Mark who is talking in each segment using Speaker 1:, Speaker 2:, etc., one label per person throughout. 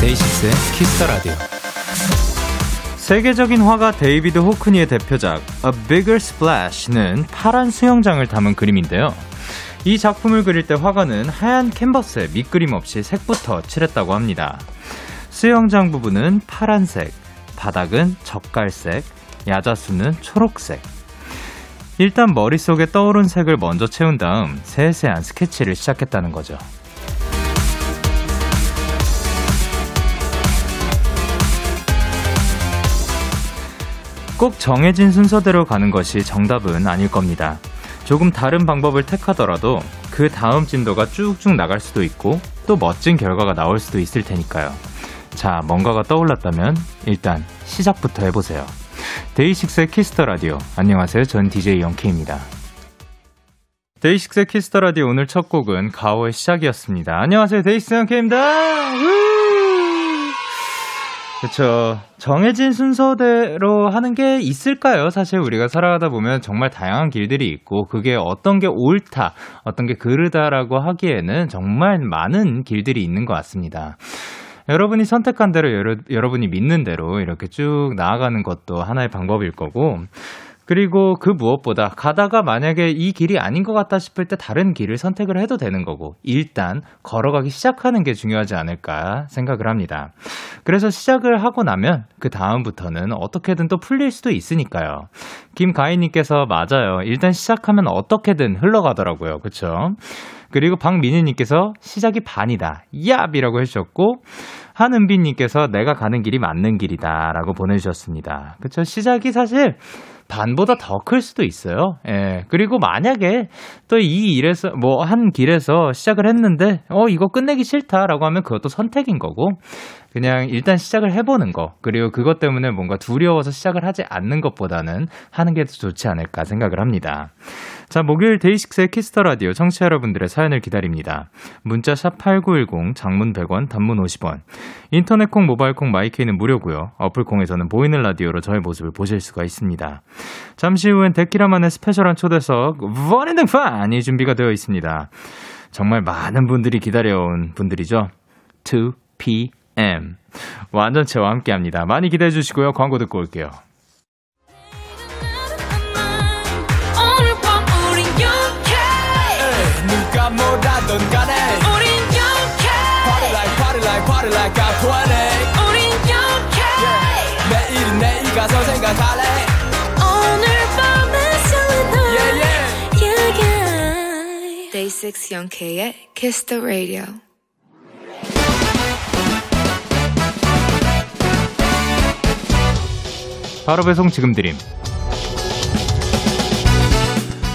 Speaker 1: 데이식스의 키스터 라디오.
Speaker 2: 세계적인 화가 데이비드 호크니의 대표작 A Bigger Splash는 파란 수영장을 담은 그림인데요. 이 작품을 그릴 때 화가는 하얀 캔버스에 밑그림 없이 색부터 칠했다고 합니다. 수영장 부분은 파란색, 바닥은 적갈색, 야자수는 초록색. 일단 머릿속에 떠오른 색을 먼저 채운 다음 세세한 스케치를 시작했다는 거죠. 꼭 정해진 순서대로 가는 것이 정답은 아닐 겁니다. 조금 다른 방법을 택하더라도 그 다음 진도가 쭉쭉 나갈 수도 있고 또 멋진 결과가 나올 수도 있을 테니까요. 자, 뭔가가 떠올랐다면 일단 시작부터 해보세요. 데이식스의 키스터 라디오. 안녕하세요. 전 DJ 영케입니다. 데이식스의 키스터 라디오 오늘 첫 곡은 가오의 시작이었습니다. 안녕하세요. 데이식스 영케입니다. 그렇죠. 정해진 순서대로 하는 게 있을까요? 사실 우리가 살아가다 보면 정말 다양한 길들이 있고 그게 어떤 게 옳다, 어떤 게 그르다라고 하기에는 정말 많은 길들이 있는 것 같습니다. 여러분이 선택한 대로 여러, 분이 믿는 대로 이렇게 쭉 나아가는 것도 하나의 방법일 거고 그리고 그 무엇보다 가다가 만약에 이 길이 아닌 것 같다 싶을 때 다른 길을 선택을 해도 되는 거고 일단 걸어가기 시작하는 게 중요하지 않을까 생각을 합니다. 그래서 시작을 하고 나면 그 다음부터는 어떻게든 또 풀릴 수도 있으니까요. 김가희님께서 맞아요. 일단 시작하면 어떻게든 흘러가더라고요. 그쵸? 그리고 박민희님께서 시작이 반이다. 얍이라고 해주셨고, 한은빈님께서 내가 가는 길이 맞는 길이다. 라고 보내주셨습니다. 그쵸? 시작이 사실 반보다 더 클 수도 있어요. 예. 그리고 만약에 또 이 일에서, 뭐, 한 길에서 시작을 했는데, 어, 이거 끝내기 싫다라고 하면 그것도 선택인 거고, 그냥 일단 시작을 해보는 거, 그리고 그것 때문에 뭔가 두려워서 시작을 하지 않는 것보다는 하는 게 더 좋지 않을까 생각을 합니다. 자, 목요일 데이식스의 키스터 라디오 청취자 여러분들의 사연을 기다립니다. 문자 샵 8910, 장문 100원, 단문 50원. 인터넷 콩, 모바일 콩, 마이케이는 무료고요. 어플 콩에서는 보이는 라디오로 저의 모습을 보실 수가 있습니다. 잠시 후엔 데키라만의 스페셜한 초대석 원앤등판이 준비가 되어 있습니다. 정말 많은 분들이 기다려온 분들이죠. 2PM 완전체와 함께합니다. 많이 기대해 주시고요. 광고 듣고 올게요.
Speaker 3: 오늘 밤 우린 영케
Speaker 4: 누가 뭐라던 간에
Speaker 3: 우린 영케
Speaker 4: Party like party like party like I wanna
Speaker 3: 우린 영케
Speaker 4: 매일 내일 가서 생각할래
Speaker 3: 오늘 밤에 설레는
Speaker 4: Yeah, yeah.
Speaker 3: 얘기
Speaker 5: Day 6 Young K의 Kiss the Radio.
Speaker 2: 바로 배송 지금 드림.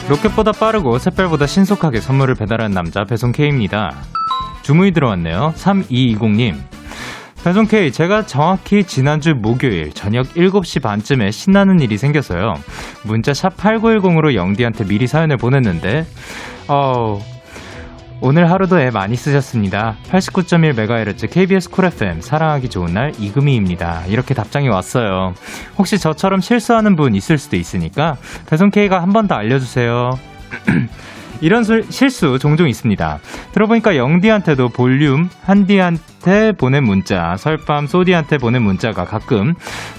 Speaker 2: 로켓보다 빠르고 샛별보다 신속하게 선물을 배달하는 남자 배송 K입니다. 주문이 들어왔네요. 3220님. 배송 K, 제가 정확히 지난주 목요일 저녁 7시 반쯤에 신나는 일이 생겨서요. 문자 샵 8910으로 영디한테 미리 사연을 보냈는데, 어, 오늘 하루도 애 많이 쓰셨습니다. 89.1MHz KBS 쿨 FM 사랑하기 좋은 날 이금희입니다. 이렇게 답장이 왔어요. 혹시 저처럼 실수하는 분 있을 수도 있으니까 배송 K가 한 번 더 알려주세요. 이런 술- 실수 종종 있습니다. 들어보니까 영디한테도 볼륨, 한디한테 보낸 문자, 설밤 소디한테 보낸 문자가 가끔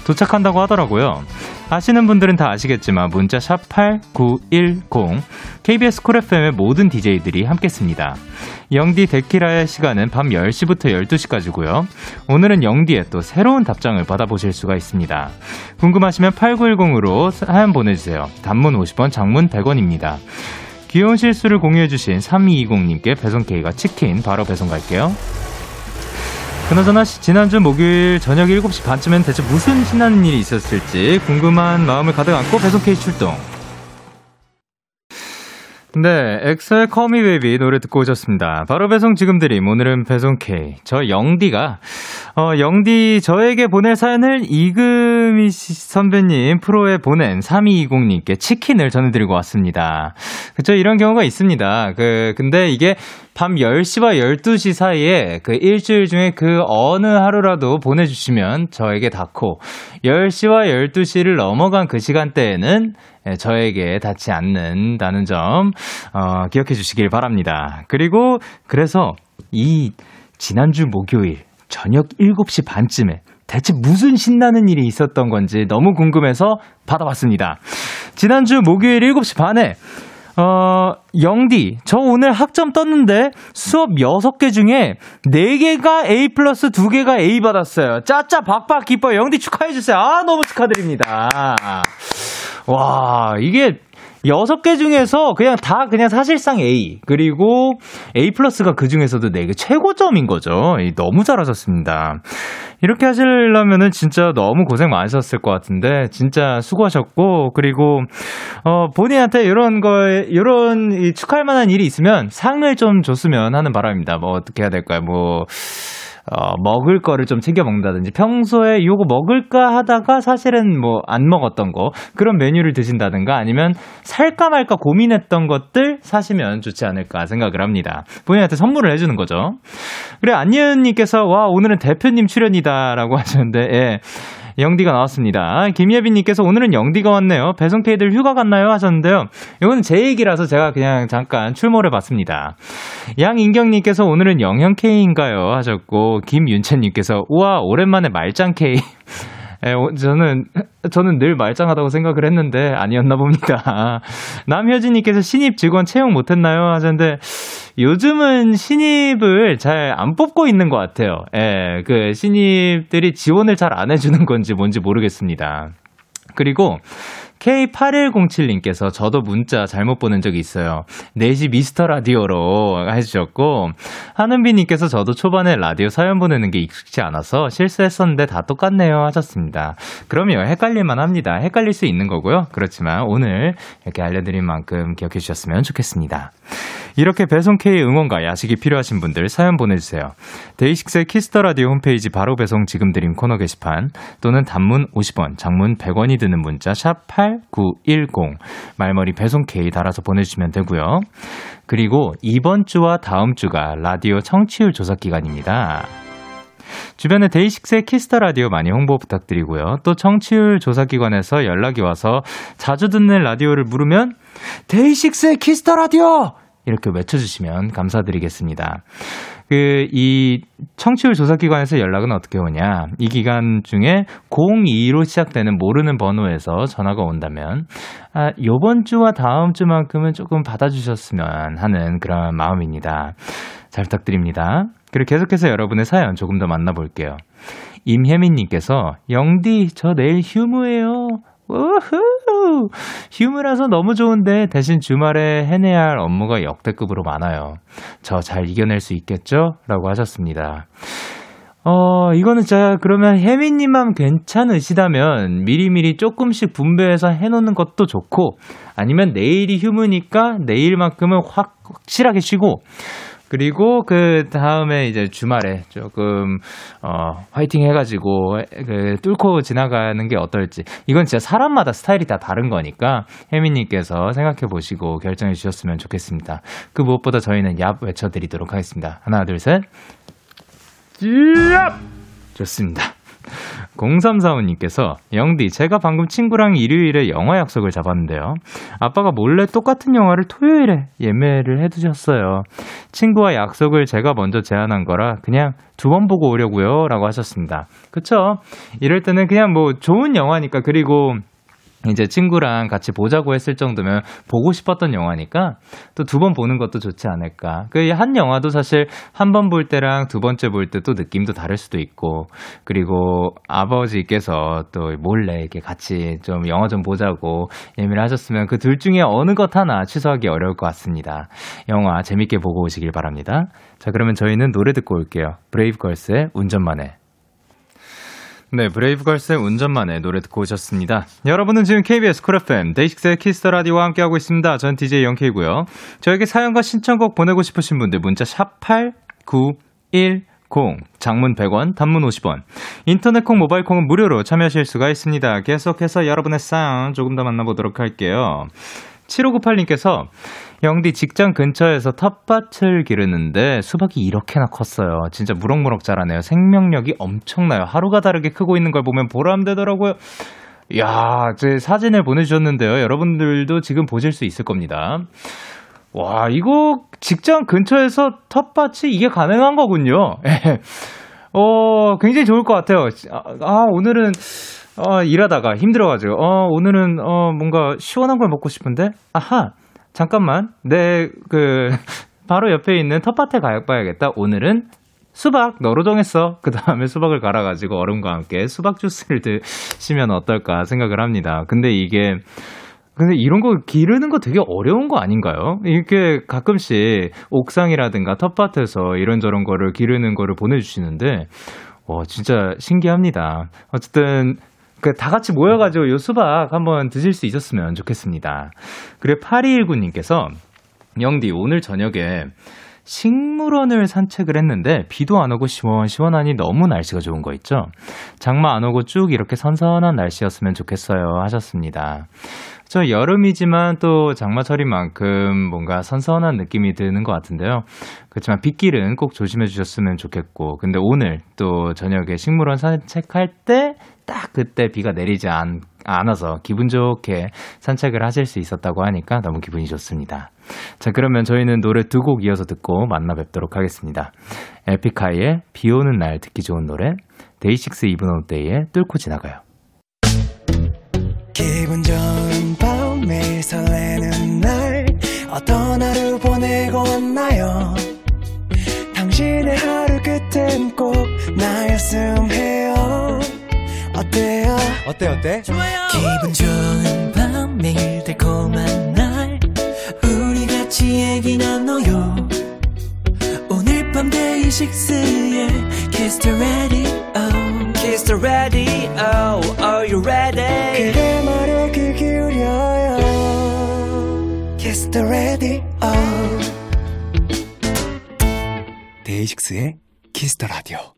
Speaker 2: 도착한다고 하더라고요. 아시는 분들은 다 아시겠지만 문자 샵 8910 KBS 쿨 FM의 모든 DJ들이 함께 씁니다. 영디 데키라의 시간은 밤 10시부터 12시까지고요. 오늘은 영디의 또 새로운 답장을 받아보실 수가 있습니다. 궁금하시면 8910으로 사연 보내주세요. 단문 50원, 장문 100원입니다. 귀여운 실수를 공유해주신 3220님께 배송K가 치킨 바로 배송 갈게요. 그나저나 시- 지난주 목요일 저녁 7시 반쯤엔 대체 무슨 신나는 일이 있었을지 궁금한 마음을 가득 안고 배송K 출동. 네, 엑소의 커미 베이비 노래 듣고 오셨습니다. 바로 배송 지금 드림. 오늘은 배송 K. 저 영디가, 어, 영디 저에게 보낼 사연을 이금희 씨- 선배님 프로에 보낸 3220님께 치킨을 전해드리고 왔습니다. 그쵸, 이런 경우가 있습니다. 그, 근데 이게 밤 10시와 12시 사이에 그 일주일 중에 그 어느 하루라도 보내주시면 저에게 닿고 10시와 12시를 넘어간 그 시간대에는 예, 저에게 닿지 않는다는 점 어, 기억해 주시길 바랍니다. 그리고 그래서 이 지난주 목요일 저녁 7시 반쯤에 대체 무슨 신나는 일이 있었던 건지 너무 궁금해서 받아봤습니다. 지난주 목요일 7시 반에 어, 영디, 저 오늘 학점 떴는데 수업 6개 중에 4개가 A 플러스 2개가 A 받았어요. 짜짜 박박 기뻐 영디 축하해주세요. 아, 너무 축하드립니다. 와, 이게 여섯 개 중에서 그냥 다 그냥 사실상 A 그리고 A 플러스가 그 중에서도 네개 최고점인 거죠. 이, 너무 잘하셨습니다. 이렇게 하시려면은 진짜 너무 고생 많으셨을 것 같은데 진짜 수고하셨고 그리고 어 본인한테 이런 거에 이런 이 축하할 만한 일이 있으면 상을 좀 줬으면 하는 바람입니다. 뭐 어떻게 해야 될까요? 뭐 어, 먹을 거를 좀 챙겨 먹는다든지 평소에 요거 먹을까 하다가 사실은 뭐 안 먹었던 거 그런 메뉴를 드신다든가 아니면 살까 말까 고민했던 것들 사시면 좋지 않을까 생각을 합니다. 본인한테 선물을 해주는 거죠. 그래 안예은님께서 와 오늘은 대표님 출연이다라고 하셨는데 예. 영디가 나왔습니다. 김예빈님께서 오늘은 영디가 왔네요. 배송 페이들 휴가 갔나요? 하셨는데요. 이거는 제 얘기라서 제가 그냥 잠깐 출몰해 봤습니다. 양인경님께서 오늘은 영현 K인가요? 하셨고 김윤채님께서 우와 오랜만에 말짱 K. 에, 어, 저는 저는 늘 말짱하다고 생각을 했는데 아니었나 봅니다. 남효진님께서 신입 직원 채용 못했나요? 하셨는데 요즘은 신입을 잘 안 뽑고 있는 것 같아요. 예, 그 신입들이 지원을 잘 안 해주는 건지 뭔지 모르겠습니다. 그리고 K8107님께서 저도 문자 잘못 보낸 적이 있어요. 4시 미스터 라디오로 해주셨고, 하은비님께서 저도 초반에 라디오 사연 보내는 게 익숙지 않아서 실수했었는데 다 똑같네요 하셨습니다. 그럼요, 헷갈릴만 합니다. 헷갈릴 수 있는 거고요. 그렇지만 오늘 이렇게 알려드린 만큼 기억해 주셨으면 좋겠습니다. 이렇게 배송 K의 응원과 야식이 필요하신 분들 사연 보내주세요. 데이식스의 키스터 라디오 홈페이지 바로 배송 지금 드림 코너 게시판 또는 단문 50원, 장문 100원이 드는 문자 샵 #8910 말머리 배송 K 달아서 보내주시면 되고요. 그리고 이번 주와 다음 주가 라디오 청취율 조사 기간입니다. 주변에 데이식스의 키스터 라디오 많이 홍보 부탁드리고요. 또 청취율 조사기관에서 연락이 와서 자주 듣는 라디오를 물으면 데이식스의 키스터 라디오! 이렇게 외쳐주시면 감사드리겠습니다. 그, 이 청취율 조사기관에서 연락은 어떻게 오냐. 이 기간 중에 02로 시작되는 모르는 번호에서 전화가 온다면, 아, 요번 주와 다음 주만큼은 조금 받아주셨으면 하는 그런 마음입니다. 잘 부탁드립니다. 그리고 계속해서 여러분의 사연 조금 더 만나볼게요. 임혜민님께서 영디 저 내일 휴무예요. 우후! 휴무라서 너무 좋은데 대신 주말에 해내야 할 업무가 역대급으로 많아요. 저 잘 이겨낼 수 있겠죠? 라고 하셨습니다. 어, 이거는 자, 그러면 혜민님만 괜찮으시다면 미리미리 조금씩 분배해서 해놓는 것도 좋고 아니면 내일이 휴무니까 내일만큼은 확, 확실하게 쉬고 그리고 그 다음에 이제 주말에 조금 어 화이팅 해가지고 그 뚫고 지나가는 게 어떨지 이건 진짜 사람마다 스타일이 다 다른 거니까 혜민님께서 생각해 보시고 결정해 주셨으면 좋겠습니다. 그 무엇보다 저희는 얍 외쳐드리도록 하겠습니다. 하나 둘 셋. 얍! 좋습니다. 0345님께서 영디 제가 방금 친구랑 일요일에 영화 약속을 잡았는데요. 아빠가 몰래 똑같은 영화를 토요일에 예매를 해두셨어요. 친구와 약속을 제가 먼저 제안한 거라 그냥 두 번 보고 오려고요라고 하셨습니다. 그쵸? 이럴 때는 그냥 뭐 좋은 영화니까 그리고 이제 친구랑 같이 보자고 했을 정도면 보고 싶었던 영화니까 또 두 번 보는 것도 좋지 않을까. 그 한 영화도 사실 한 번 볼 때랑 두 번째 볼 때 또 느낌도 다를 수도 있고 그리고 아버지께서 또 몰래 이렇게 같이 좀 영화 좀 보자고 예민을 하셨으면 그 둘 중에 어느 것 하나 취소하기 어려울 것 같습니다. 영화 재밌게 보고 오시길 바랍니다. 자 그러면 저희는 노래 듣고 올게요. 브레이브걸스의 운전만 해. 네, 브레이브걸스의 운전만의 노래 듣고 오셨습니다. 여러분은 지금 KBS 쿨 FM 데이식스의 키스터 라디오와 함께하고 있습니다. 전 DJ 영케이고요. 저에게 사연과 신청곡 보내고 싶으신 분들 문자 샵 #8910 장문 100원, 단문 50원. 인터넷 콩, 모바일 콩은 무료로 참여하실 수가 있습니다. 계속해서 여러분의 사연 조금 더 만나보도록 할게요. 7598님께서 영디 직장 근처에서 텃밭을 기르는데 수박이 이렇게나 컸어요. 진짜 무럭무럭 자라네요. 생명력이 엄청나요. 하루가 다르게 크고 있는 걸 보면 보람되더라고요. 야, 제 사진을 보내주셨는데요. 여러분들도 지금 보실 수 있을 겁니다. 와, 이거 직장 근처에서 텃밭이 이게 가능한 거군요. 예. 어, 굉장히 좋을 것 같아요. 아, 아, 오늘은, 어, 일하다가 힘들어가지고, 어, 오늘은, 어, 뭔가 시원한 걸 먹고 싶은데, 아하, 잠깐만, 내, 그, 바로 옆에 있는 텃밭에 가봐야겠다. 오늘은 수박 너로 정했어. 그 다음에 수박을 갈아가지고 얼음과 함께 수박 주스를 드시면 어떨까 생각을 합니다. 근데 이게, 근데 이런 거 기르는 거 되게 어려운 거 아닌가요? 이렇게 가끔씩 옥상이라든가 텃밭에서 이런저런 거를 기르는 거를 보내주시는데, 와, 진짜 신기합니다. 어쨌든, 그, 다 같이 모여가지고 요 수박 한번 드실 수 있었으면 좋겠습니다. 그리고 8219님께서, 영디, 오늘 저녁에 식물원을 산책을 했는데 비도 안 오고 시원시원하니 너무 날씨가 좋은 거 있죠? 장마 안 오고 쭉 이렇게 선선한 날씨였으면 좋겠어요 하셨습니다. 저 여름이지만 또 장마철인 만큼 뭔가 선선한 느낌이 드는 것 같은데요. 그렇지만 빗길은 꼭 조심해 주셨으면 좋겠고 근데 오늘 또 저녁에 식물원 산책할 때 딱 그때 비가 내리지 않, 않아서 기분 좋게 산책을 하실 수 있었다고 하니까 너무 기분이 좋습니다. 자, 그러면 저희는 노래 두 곡 이어서 듣고 만나 뵙도록 하겠습니다. 에픽하이의 비 오는 날 듣기 좋은 노래, 데이식스 이븐 온데이의 뚫고 지나가요.
Speaker 4: 기분 좋은 밤 매일 설레는 날 어떤 하루 보내고 왔나요 당신의 하루 끝엔 꼭 나였음 해요 어때요 어때 어때
Speaker 6: 기분 좋은 밤 매일 달콤한 날 우리 같이 얘기 나눠요 오늘 밤 데이식스의 Kiss the Radio
Speaker 4: Kiss the radio Are you ready 그대 말에 귀 기울여요 Kiss the radio 데이식스의 Kiss the radio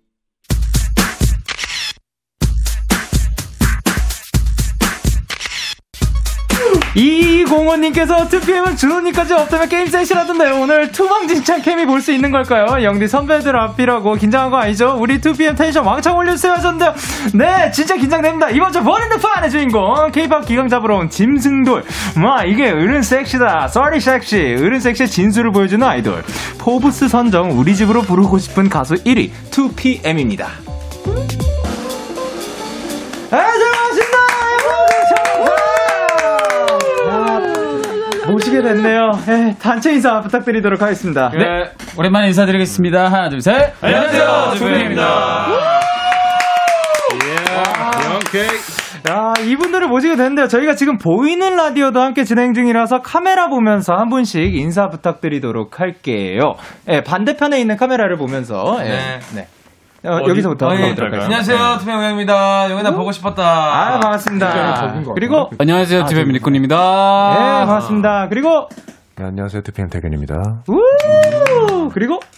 Speaker 2: 이공원님께서 2PM은 준호님까지 없다면 게임 셋이라던데요. 오늘 투망진창 케미 볼 수 있는 걸까요? 영디 선배들 앞이라고 긴장한 거 아니죠? 우리 2PM 텐션 왕창 올려주세요 하셨는데요. 네, 진짜 긴장됩니다. 이번 주 버린 듯판의 주인공, K-pop 기강 잡으러 온 짐승돌. 와, 이게 어른 섹시다. 썰이 섹시. 어른 섹시 진수를 보여주는 아이돌. 포브스 선정 우리 집으로 부르고 싶은 가수 1위, 2PM입니다. 안녕하십니까! 모시게 됐네요. 예, 단체 인사 부탁드리도록 하겠습니다. 네.
Speaker 7: 오랜만에 인사드리겠습니다. 하나, 둘, 셋.
Speaker 2: 안녕하세요,
Speaker 7: 주민입니다.
Speaker 2: 예.
Speaker 7: 아.
Speaker 2: 야, 이분들을 모시게 됐는데요. 저희가 지금 보이는 라디오도 함께 진행 중이라서 카메라 보면서 한 분씩 인사 부탁드리도록 할게요. 예, 반대편에 있는 카메라를 보면서. 예, 네. 어, 여기서부터 한번 가보도록 하겠습니다.
Speaker 8: 안녕하세요,
Speaker 7: 네.
Speaker 8: 투명 형입니다.
Speaker 7: 음.
Speaker 8: 영현아 보고 싶었다.
Speaker 2: 아, 반갑습니다. 그리고, 예,
Speaker 7: 안녕하세요, 디베 미니콘입니다.
Speaker 2: 네, 반갑습니다. 그리고,
Speaker 9: 네, 안녕하세요. 투피엠 태균입니다.
Speaker 2: 우! 그리고,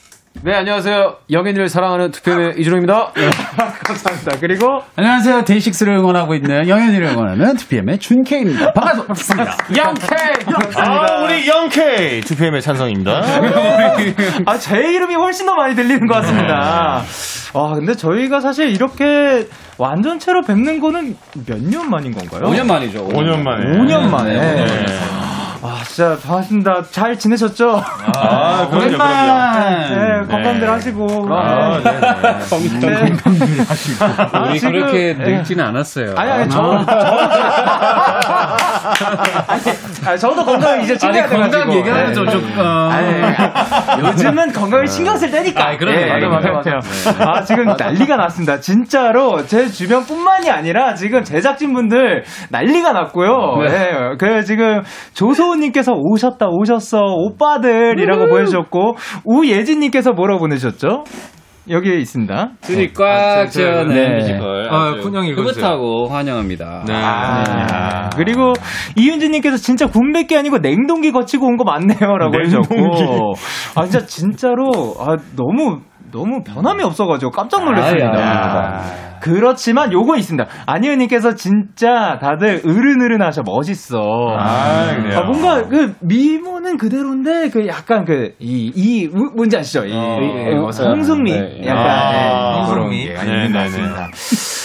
Speaker 8: 네, 안녕하세요. 영현이를 사랑하는 투표의 이준호입니다. 네.
Speaker 2: 감사합니다. 그리고,
Speaker 7: 안녕하세요, 데이식스를 응원하고 있는 영현이를 응원하는 2PM의 준케입니다. 반갑습니다.
Speaker 8: 양태.
Speaker 10: 아, 우리 영케이 2PM의 찬성입니다.
Speaker 2: 아, 제 이름이 훨씬 더 많이 들리는 것 같습니다. 아, 근데 저희가 사실 이렇게 완전체로 뵙는 거는 몇 년 만인 건가요?
Speaker 7: 5년 만이죠.
Speaker 10: 5년 만에.
Speaker 2: 5년 만에.
Speaker 10: 네.
Speaker 2: 아, 진짜 반갑습니다. 잘 지내셨죠?
Speaker 10: 아, 그럼요, 그럼요.
Speaker 2: 네, 건강들 하시고.
Speaker 10: 아,
Speaker 2: 네.
Speaker 10: 네.
Speaker 2: 네. 아,
Speaker 7: 우리
Speaker 2: 지금-
Speaker 7: 그렇게
Speaker 2: 네.
Speaker 7: 늙지는 않았어요.
Speaker 2: 아니, 아니, 저, 저, 아니, 아니, 저도 건강 이제 챙겨야 돼가지고. 네.
Speaker 7: 건강 얘기하는 좀, 좀,
Speaker 8: 아,
Speaker 7: 어.
Speaker 2: 아니, 아, 예. 요즘은 건강을 신경 쓸 때니까.
Speaker 7: 아, 그럼요.
Speaker 2: 네. 맞아, 맞아, 맞아. 아, 지금 난리가 났습니다. 진짜로 제 주변뿐만이 아니라 지금 제작진분들 난리가 났고요. 네. 그 지금 조소우님께서 오셨다, 오셨어, 오빠들이라고 보내주셨고, 우예진님께서 뭐라고 보내셨죠? 여기에 있습니다.
Speaker 11: 줄이
Speaker 7: 그러니까 아,
Speaker 11: 꽉 채워낸
Speaker 2: 네.
Speaker 11: 뮤지컬.
Speaker 2: 아,
Speaker 11: 아주
Speaker 2: 쿤형 읽어주세요.
Speaker 11: 흐뭇하고
Speaker 8: 그렇죠.
Speaker 11: 환영합니다.
Speaker 2: 네. 아, 그리고 이윤진님께서 진짜 군백기 아니고 냉동기 거치고 온 거 맞네요라고 해주셨고 아 진짜 진짜로 아 너무 너무 변함이 없어가지고 깜짝
Speaker 10: 아,
Speaker 2: 놀랐습니다.
Speaker 11: 아야.
Speaker 2: 그렇지만 요거 있습니다. 안희은님께서 진짜 다들 으른으른하셔 멋있어.
Speaker 10: 아, 그래요?
Speaker 2: 뭔가 그 미모는 그대로인데 그 약간 그 이 이 뭔지 아시죠? 이, 이- 어, 성숙미
Speaker 10: 네.
Speaker 2: 약간
Speaker 10: 아,
Speaker 2: 네, 그런 게 아닌 것 같습니다.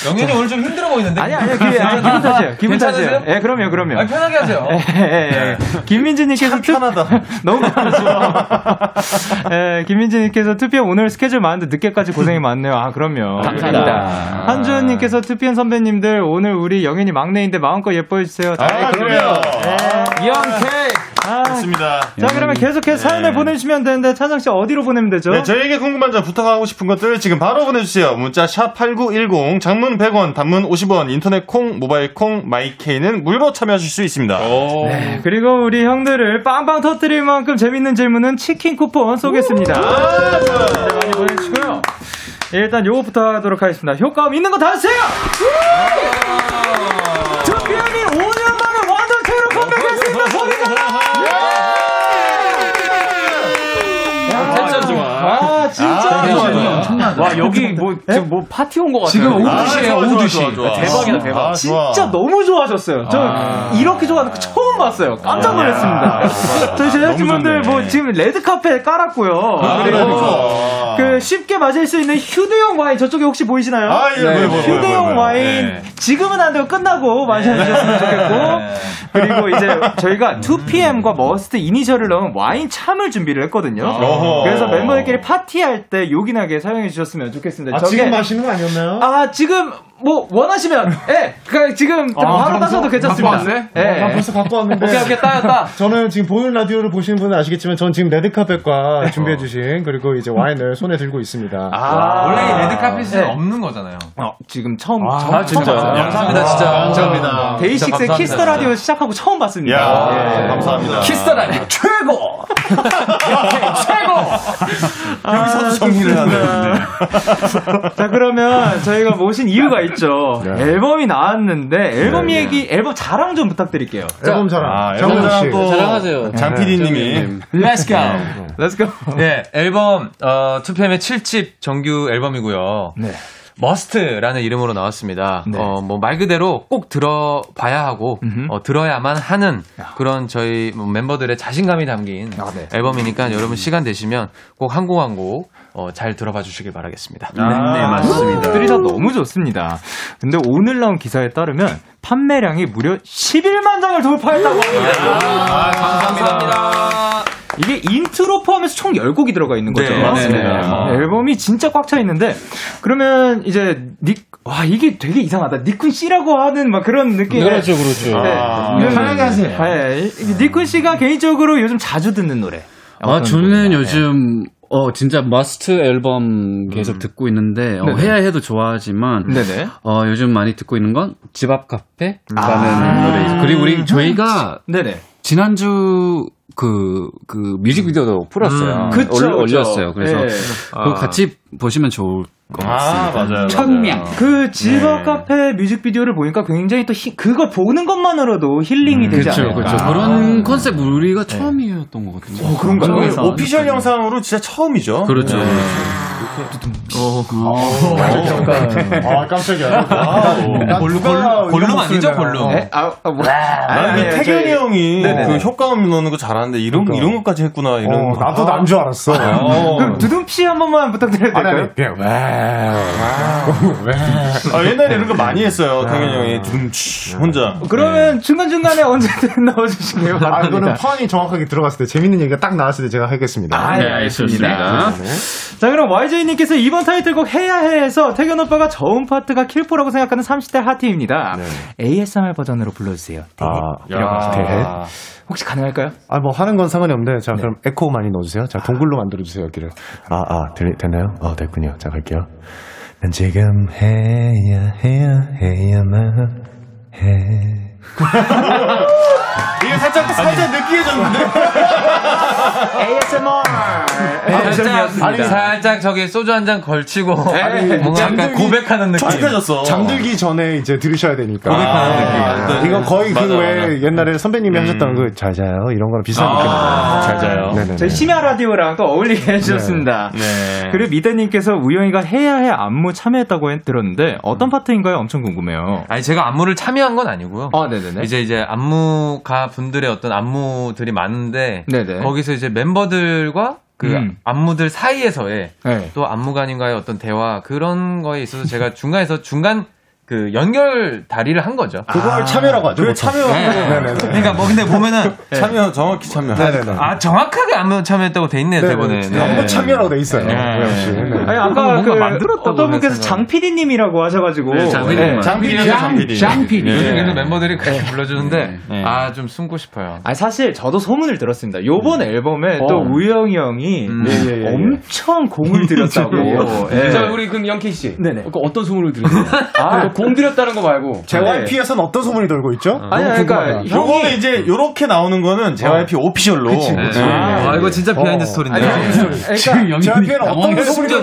Speaker 12: 영현이 오늘 좀 힘들어 보이는데?
Speaker 2: 아니 아니요 기분, 아니, 기분 탓이에요. 기분
Speaker 12: 괜찮으세요?
Speaker 2: 탓이에요. 예, 그럼요, 그럼요.
Speaker 12: 아니, 편하게
Speaker 7: 네.
Speaker 12: 하세요.
Speaker 2: 예, 예, 예. 김민지님께서 편하다. 너무 편하죠. 예, 김민지님께서 투피엔 오늘 스케줄 많은데 늦게까지 고생이 많네요. 아, 그럼요.
Speaker 11: 감사합니다.
Speaker 2: 아. 한주현님께서 투피엔 선배님들 오늘 우리 영현이 막내인데 마음껏 예뻐해 주세요. 네.
Speaker 10: 아, 그래요.
Speaker 2: 영케.
Speaker 10: 좋습니다.
Speaker 2: 자, 그러면 계속해서 사연을 보내주시면 되는데 찬성 씨 어디로 보내면 되죠?
Speaker 10: 네, 저희에게 궁금한 점 부탁하고 싶은 것들 지금 바로 보내주세요. 문자 샵 8910, 장문 100원, 단문 50원, 인터넷 콩, 모바일 콩, 마이케이는 무료로 참여하실 수 있습니다.
Speaker 2: 네, 그리고 우리 형들을 빵빵 터뜨릴 만큼 재밌는 질문은 치킨 쿠폰 쏘겠습니다.
Speaker 10: 아,
Speaker 2: 네, 많이 보내주시고요. 일단 요거부터 하도록 하겠습니다. 효과음 있는 거 다 하세요! 투피엠이 5년 만에 완전체로 컴백했습니다!
Speaker 11: 텐션 좋아.
Speaker 2: 아, 진짜. 네?
Speaker 11: 아, 텐션이
Speaker 2: 좋아요.
Speaker 11: 엄청나다.
Speaker 8: 와, 여기 뭐, 지금 뭐 파티 온 것 같아요.
Speaker 11: 지금
Speaker 8: 아,
Speaker 11: 오두시예요,
Speaker 8: 좋아, 좋아,
Speaker 11: 오두시.
Speaker 8: 좋아, 좋아.
Speaker 2: 진짜,
Speaker 8: 대박이다, 대박.
Speaker 2: 진짜 너무 좋아하셨어요. 아. 저 이렇게 좋아하는 거 처음 봤어요. 깜짝 놀랐습니다. 저희 제작진분들 뭐 지금 레드카펫 깔았고요.
Speaker 10: 아,
Speaker 2: 그리고
Speaker 10: 그래요?
Speaker 2: 그 쉽게 마실 수 있는 휴대용 와인 저쪽에 혹시 보이시나요?
Speaker 10: 아, 예, 보여요,
Speaker 12: 네.
Speaker 10: 보여요, 보여요,
Speaker 2: 휴대용
Speaker 10: 보여요.
Speaker 2: 와인
Speaker 10: 네.
Speaker 2: 지금은 안 되고 끝나고
Speaker 12: 네.
Speaker 2: 마셔주셨으면 좋겠고 그리고 이제 저희가 2PM과 머스트 이니셜을 넣은 와인 참을 준비를 했거든요.
Speaker 10: 어허.
Speaker 2: 그래서 멤버들끼리 파티할 때 요긴하게 사용해 주셨으면 좋겠습니다.
Speaker 12: 아,
Speaker 2: 저게-
Speaker 12: 지금 마시는 거 아니었나요?
Speaker 2: 아 지금 뭐 원하시면 예 그러니까 지금
Speaker 12: 아,
Speaker 2: 바로 따셔도 괜찮습니다. 예.
Speaker 12: 나 벌써 갖고 왔는데.
Speaker 2: 오케이, 오케이, 따요, 따.
Speaker 12: 저는 지금 보는 라디오를 보시는 분은 아시겠지만, 전 지금 레드카펫과 준비해주신, 그리고 이제 와인을 손에 들고 있습니다.
Speaker 10: 아,
Speaker 2: 원래 이
Speaker 12: 레드카펫은
Speaker 2: 없는 거잖아요. 아. 예. 어, 지금 처음
Speaker 12: 아,
Speaker 2: 처음
Speaker 12: 아, 진짜요?
Speaker 2: 네. 처음 봤어요.
Speaker 12: 감사합니다, 진짜.
Speaker 2: 아,
Speaker 12: 감사합니다. 진짜
Speaker 2: 데이식스
Speaker 12: 감사합니다.
Speaker 2: 키스터 라디오 시작하고 처음 봤습니다.
Speaker 10: 야, 감사합니다. 키스터
Speaker 2: 라디오 최고.
Speaker 10: 여기서도 정리를 네. 하네.
Speaker 2: 아, 자 그러면 저희가 모신 이유가 있죠.
Speaker 10: 네.
Speaker 2: 앨범이 나왔는데 앨범 얘기, 앨범 자랑 좀 부탁드릴게요.
Speaker 12: 앨범 자랑.
Speaker 11: 아,
Speaker 2: 앨범
Speaker 12: 정우씨. 네,
Speaker 2: 자랑 또
Speaker 12: 자랑하세요.
Speaker 2: 장 PD님이.
Speaker 11: Let's go.
Speaker 2: Let's go.
Speaker 12: 네,
Speaker 11: 앨범
Speaker 12: 어,
Speaker 11: 투팸의 7집 정규 앨범이고요.
Speaker 2: 네.
Speaker 11: 머스트라는 이름으로 나왔습니다. 어, 뭐 말 그대로 꼭 들어봐야 하고 어, 들어야만 하는 그런 저희 뭐 멤버들의 자신감이 담긴
Speaker 2: 아, 네.
Speaker 11: 앨범이니까 여러분 시간 되시면 꼭 한 곡 한 곡 잘 들어봐 주시길 바라겠습니다.
Speaker 2: 네,
Speaker 11: 아,
Speaker 2: 아, 들이 다 너무 좋습니다. 근데 오늘 나온 기사에 따르면 판매량이 무려 11만 장을 돌파했다고 합니다.
Speaker 11: 아,
Speaker 2: 이게 인트로 포함해서 총 10곡이 들어가 있는 거죠.
Speaker 11: 네, 맞습니다.
Speaker 2: 네. 앨범이 진짜 꽉 차 있는데, 그러면 이제 닉, 와, 이게 되게 이상하다. 니쿤 씨라고 하는 막 그런 느낌.
Speaker 11: 그렇죠, 그렇죠. 아. 편하게 하세요.
Speaker 2: 음. 네. 니쿤 씨가 개인적으로 요즘 자주 듣는 노래.
Speaker 11: 아, 저는 요즘 어 진짜 머스트 앨범 계속 듣고 있는데 어,
Speaker 2: 음. 네네.
Speaker 11: 해야 해도 좋아하지만
Speaker 2: 네네.
Speaker 11: 어 요즘 많이 듣고 있는 건 집 앞 카페라는
Speaker 2: 아.
Speaker 11: 노래 그리고 우리 저희가
Speaker 2: 네네.
Speaker 11: 지난주 그, 그 뮤직비디오도 풀었어요.
Speaker 2: 음. 그쵸,
Speaker 11: 올-
Speaker 2: 그쵸.
Speaker 11: 올렸어요. 그래서
Speaker 7: 네.
Speaker 2: 예.
Speaker 7: 아.
Speaker 11: 그거 같이 보시면 좋을 것
Speaker 10: 아,
Speaker 11: 같습니다.
Speaker 10: 맞아요.
Speaker 2: 그 집업 카페 뮤직비디오를 보니까 굉장히 또 히- 그걸 보는 것만으로도 힐링이 되지
Speaker 11: 그렇죠,
Speaker 2: 않을까.
Speaker 7: 아.
Speaker 11: 그렇죠. 그런 컨셉 우리가 아, 처음이었던 것 같은데. 어,
Speaker 2: 그런가요?
Speaker 10: 저희 오피셜 영상으로 진짜 처음이죠.
Speaker 11: 그렇죠.
Speaker 10: 네.
Speaker 11: 어,
Speaker 12: 아, 깜짝이야. 볼루, 볼루, 볼룸 아니죠, 볼룸?
Speaker 2: 아, 뭐.
Speaker 10: 네. 아니,
Speaker 12: 아니,
Speaker 10: 태경이
Speaker 12: 저희-
Speaker 10: 형이
Speaker 12: 네네네.
Speaker 10: 그 효과음 넣는 거 잘하는데 이런 이런 것까지 했구나 이런.
Speaker 12: 어,
Speaker 10: 거.
Speaker 12: 나도 남 줄 알았어.
Speaker 10: 어.
Speaker 2: 그럼 두둠씨 한 번만 부탁드려도
Speaker 10: 아니,
Speaker 2: 될까요?
Speaker 10: 아니, 아, 옛날에 이런 거 많이 했어요. 태경이 형이 둠치 혼자.
Speaker 2: 그러면 중간중간에 언제든 넣어주시길
Speaker 12: 아,
Speaker 2: 바랍니다.
Speaker 12: 이거는 펀이 정확하게 들어갔을 때, 재밌는 얘기가 딱 나왔을 때 제가 하겠습니다.
Speaker 2: 아, 네, 알겠습니다. 네. 자, 그럼 YJ님께서 이번 타이틀곡 해야 해에서 태견 오빠가 저음 파트가 킬포라고 생각하는 30대 하트입니다. ASMR 버전으로 불러주세요.
Speaker 9: 아,
Speaker 12: 야.
Speaker 2: 혹시 가능할까요?
Speaker 12: 아, 뭐 하는 건 상관이 없는데, 자, 그럼 에코 많이 넣어주세요. 자, 동굴로 만들어주세요, 여기를.
Speaker 9: 아, 아, 들리, 되나요? 어, 됐군요. 자, 갈게요. 난 지금 해야, 해야, 해야만 해.
Speaker 10: 이게 살짝 살짝 느끼해졌는데.
Speaker 2: ASMR!
Speaker 11: 살짝, 살짝 저기 소주 한 잔 걸치고
Speaker 12: 네.
Speaker 11: 뭔가 약간 고백하는 느낌.
Speaker 12: 잠들기 전에 이제 들으셔야 되니까.
Speaker 11: 고백하는 느낌. 네.
Speaker 12: 아, 이거 거의
Speaker 11: 맞아,
Speaker 12: 그 왜 옛날에 선배님이 하셨던 그 잘 자요 이런 거랑 비슷한 느낌. 잘 자요. 그렇죠. 네네.
Speaker 2: 저희 심야 라디오랑 또 어울리게 해주셨습니다.
Speaker 13: 예.
Speaker 10: 네.
Speaker 2: 그리고 미대님께서 우영이가 해야 해 안무 참여했다고 했- 들었는데
Speaker 13: 음.
Speaker 2: 어떤 파트인가요? 엄청 궁금해요.
Speaker 11: 아니 제가 안무를 참여한 건 아니고요.
Speaker 12: 어,
Speaker 2: 아, 네네네.
Speaker 11: 이제 이제 안무가 분들의 어떤 안무들이 많은데
Speaker 2: 네네.
Speaker 11: 거기서 이제 멤버들과 그
Speaker 2: 음.
Speaker 11: 안무들 사이에서의
Speaker 2: 네.
Speaker 11: 또 안무관인과의 어떤 대화 그런 거에 있어서 제가 중간에서 중간 그 연결 다리를 한 거죠.
Speaker 12: 그걸 참여라고 하죠,
Speaker 11: 그걸
Speaker 12: 보통.
Speaker 11: 참여한
Speaker 12: 아, 네.
Speaker 11: 거.
Speaker 12: 네네네.
Speaker 11: 그러니까 뭐 근데 보면은
Speaker 10: 참여 정확히 참여.
Speaker 12: 네네네.
Speaker 11: 아 정확하게 안무 참여했다고 돼 있네요 대본에.
Speaker 12: 네네. 안무 참여라고 돼 있어요.
Speaker 11: 네.
Speaker 12: 역시. 네.
Speaker 2: 예. 아니 아까 그 어떤 분께서 장 PD님이라고 하셔가지고
Speaker 11: 네, 장 PD 님.
Speaker 10: 그
Speaker 2: 장 PD 죠, 장 PD.
Speaker 11: 요즘 그래도
Speaker 2: 네.
Speaker 11: 멤버들이 그렇게 불러주는데 아 좀 숨고 싶어요.
Speaker 2: 아니 사실 저도 소문을 들었습니다. 요번
Speaker 13: 음.
Speaker 2: 앨범에
Speaker 11: 어.
Speaker 2: 또 우영이 형이 네.
Speaker 11: 예, 예, 예.
Speaker 2: 엄청 공을 들였다고. 예.
Speaker 13: 자, 우리 그럼 영케이 씨.
Speaker 2: 네네. 그
Speaker 13: 그 어떤 소문을 들으세요? 아, 공 들였다는 거 말고.
Speaker 12: JYP에선 어떤 소문이 돌고 있죠?
Speaker 13: 아니,
Speaker 12: 너무
Speaker 13: 그러니까
Speaker 12: 궁금하다.
Speaker 13: 형이-
Speaker 10: 요거는 이제 요렇게 나오는 거는 JYP 오피셜로. 네.
Speaker 12: 그치, 그치. 아,
Speaker 11: 예. 이거 진짜
Speaker 10: 어.
Speaker 11: 비하인드 스토리인데요.
Speaker 10: 지금 JYP는 어떤 소문이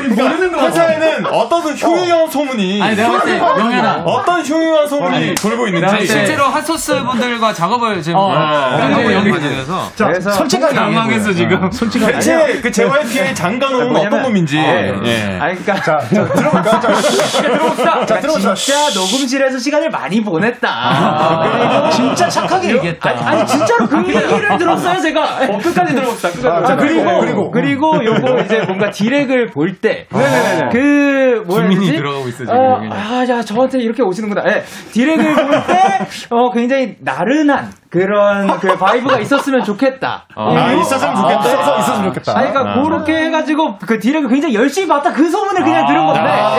Speaker 10: 회사에는 어떤 효용형 소문이
Speaker 8: 아니, 내가 봤을 때 영현아.
Speaker 10: 어떤 효용형 소문이
Speaker 8: 아니, 내가
Speaker 10: 돌고 있는지
Speaker 8: 봤을 때 실제로 핫소스 분들과 작업을 지금
Speaker 10: 어,
Speaker 8: 하고
Speaker 10: 어,
Speaker 8: 여기
Speaker 10: 어,
Speaker 8: 그래서
Speaker 10: 자, 솔직하게
Speaker 8: 당황했어
Speaker 13: 아,
Speaker 8: 지금.
Speaker 10: 대체 그 JYP의 장가노는 어떤 놈인지.
Speaker 11: 네.
Speaker 13: 네.
Speaker 10: 예.
Speaker 2: 아니 그러니까 자,
Speaker 12: 들어볼까? 자,
Speaker 2: 들어볼까? 그러니까
Speaker 12: 자, 들어보자.
Speaker 2: 진짜 녹음실에서 시간을 많이 보냈다. 그리고 진짜 착하게 얘기했다. 아니, 아니, 진짜로 그 얘기를 들었어요 제가.
Speaker 13: 어, 끝까지 들어봅시다, 끝까지 들어봅시다.
Speaker 2: 아, 그리고
Speaker 13: 그리고.
Speaker 2: 그리고 그리고 요거 이제 뭔가 디렉을 볼 때
Speaker 13: 네네네네.
Speaker 2: 그
Speaker 13: 주민이
Speaker 2: 뭐였지?
Speaker 13: 들어가고 있어, 지금
Speaker 2: 어,
Speaker 13: 여기는.
Speaker 2: 아, 야, 저한테 이렇게 오시는구나. 예. 디렉을 볼 때 어, 굉장히 나른한 그런 그 바이브가 있었으면 좋겠다.
Speaker 12: 아, 있었으면 좋겠다. 있어서 있었으면 좋겠다.
Speaker 2: 아니, 그러니까
Speaker 12: 아.
Speaker 2: 그렇게 해가지고 그 디렉을 굉장히 열심히 봤다 그 소문을 그냥
Speaker 12: 아.
Speaker 2: 들은 건데
Speaker 12: 아.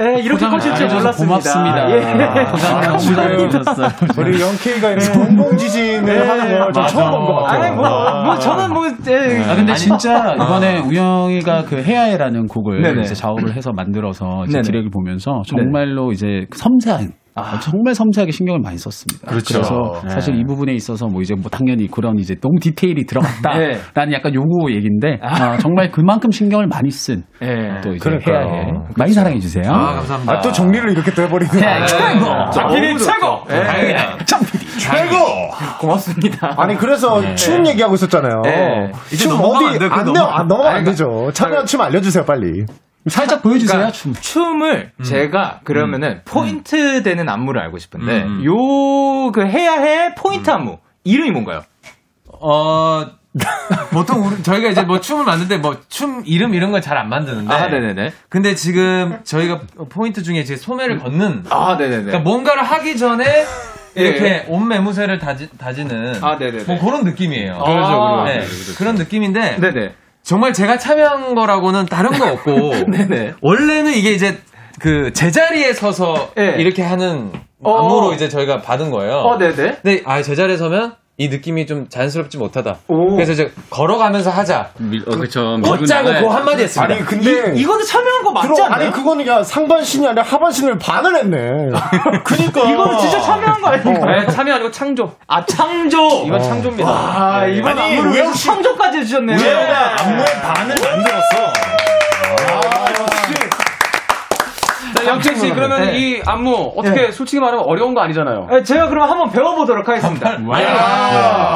Speaker 2: 예. 예, 이렇게
Speaker 12: 포장을
Speaker 2: 커질 줄
Speaker 12: 잘해줘서
Speaker 2: 몰랐습니다.
Speaker 12: 고맙습니다.
Speaker 2: 예.
Speaker 12: 아, 포장을 잘해줘서. 우리 영케이가 이런 공공 지진을 하는 걸좀 처음 본것 같아요.
Speaker 2: 아니, 뭐, 뭐, 저는 뭐, 예.
Speaker 7: 아 근데 진짜 이번에 우영이가 그 해야해라는 곡을
Speaker 2: 네네.
Speaker 7: 이제 작업을 해서 만들어서 이제
Speaker 2: 네네.
Speaker 7: 디렉을 보면서 정말로 이제 섬세한 정말 섬세하게 신경을 많이 썼습니다.
Speaker 2: 그렇죠.
Speaker 7: 래서
Speaker 2: 네.
Speaker 7: 사실 이 부분에 있어서 뭐 이제 뭐 당연히 그런 이제 너무 디테일이 들어갔다라는 약간 요구 얘기인데 아, 정말 그만큼 신경을 많이 쓴 또 이제
Speaker 12: 그러니까요.
Speaker 7: 해야해 많이 사랑해 주세요.
Speaker 12: 아,
Speaker 11: 감사합니다.
Speaker 12: 아, 또 정리를 이렇게 또 해버리고.
Speaker 7: 네, 최고!
Speaker 12: 장 PD
Speaker 2: 최고!
Speaker 12: 네. 장 PD 최고!
Speaker 2: 고맙습니다.
Speaker 12: 아니, 그래서
Speaker 7: 네.
Speaker 12: 춤 얘기하고 있었잖아요.
Speaker 7: 네. 이제
Speaker 12: 춤
Speaker 7: 넘어가면 안
Speaker 12: 어디,
Speaker 7: 돼요, 그거
Speaker 12: 안, 넘
Speaker 7: 넘어가-
Speaker 12: 안 넘어가면 안
Speaker 2: 아니,
Speaker 12: 되죠. 참여한 춤 알려주세요, 빨리.
Speaker 7: 살짝 보여주세요, 춤.
Speaker 2: 그러니까 춤을
Speaker 13: 음.
Speaker 2: 제가 그러면은 포인트 되는 안무를 알고 싶은데,
Speaker 13: 음,
Speaker 2: 요, 그 해야 해 포인트 안무. 이름이 뭔가요?
Speaker 11: 어 보통 우리- 저희가 이제 뭐 춤을 만드는데 뭐 춤 이름 이런 건 잘 안 만드는데.
Speaker 2: 아, 네네네.
Speaker 11: 근데 지금 저희가 포인트 중에 이제 소매를 걷는.
Speaker 2: 아, 네네네.
Speaker 11: 그러니까 뭔가를 하기 전에 이렇게
Speaker 2: 예.
Speaker 11: 온 매무새를 다지, 다지는.
Speaker 2: 아, 네네네.
Speaker 11: 뭐 그런 느낌이에요.
Speaker 2: 그렇죠, 그렇죠,
Speaker 11: 네,
Speaker 2: 그렇죠, 그렇죠.
Speaker 11: 그런 느낌인데.
Speaker 13: 뭐
Speaker 2: 네네.
Speaker 11: 정말 제가 참여한 거라고는 다른 거 없고.
Speaker 2: 네네.
Speaker 11: 원래는 이게 이제 그 제자리에 서서 이렇게 하는 안무로 이제 저희가 받은 거예요.
Speaker 2: 네. 어, 네네.
Speaker 11: 근데 아 제자리에 서면 이 느낌이 좀 자연스럽지 못하다.
Speaker 2: 오. 네,
Speaker 11: 그래서 이제 걸어가면서 하자.
Speaker 13: 어, 그쵸.
Speaker 11: 걷자고 그 한마디 했습니다.
Speaker 12: 아니, 근데.
Speaker 2: 이, 거는 참여한 거 맞지 않나요?
Speaker 12: 아니, 그거는 그냥 상반신이 아니라 하반신을 반을 했네. 그니까.
Speaker 2: 이거는 진짜 참여한 거 아닙니까?
Speaker 13: 네, 참여 아니고 창조.
Speaker 2: 아, 창조!
Speaker 13: 이건 창조입니다.
Speaker 2: 와,
Speaker 13: 네.
Speaker 2: 이번
Speaker 13: 아니,
Speaker 2: 안무를
Speaker 13: 우영
Speaker 2: 위해서
Speaker 13: 씨-
Speaker 2: 창조까지 해주셨네요.
Speaker 10: 우영아, 안무의 반을 만들었어.
Speaker 13: 자, 영채 씨, 그러면
Speaker 2: 네.
Speaker 13: 이 안무 어떻게 솔직히 말하면 어려운 거 아니잖아요.
Speaker 2: 예, 제가 그럼 한번 배워보도록 하겠습니다.
Speaker 13: 음.
Speaker 2: 아,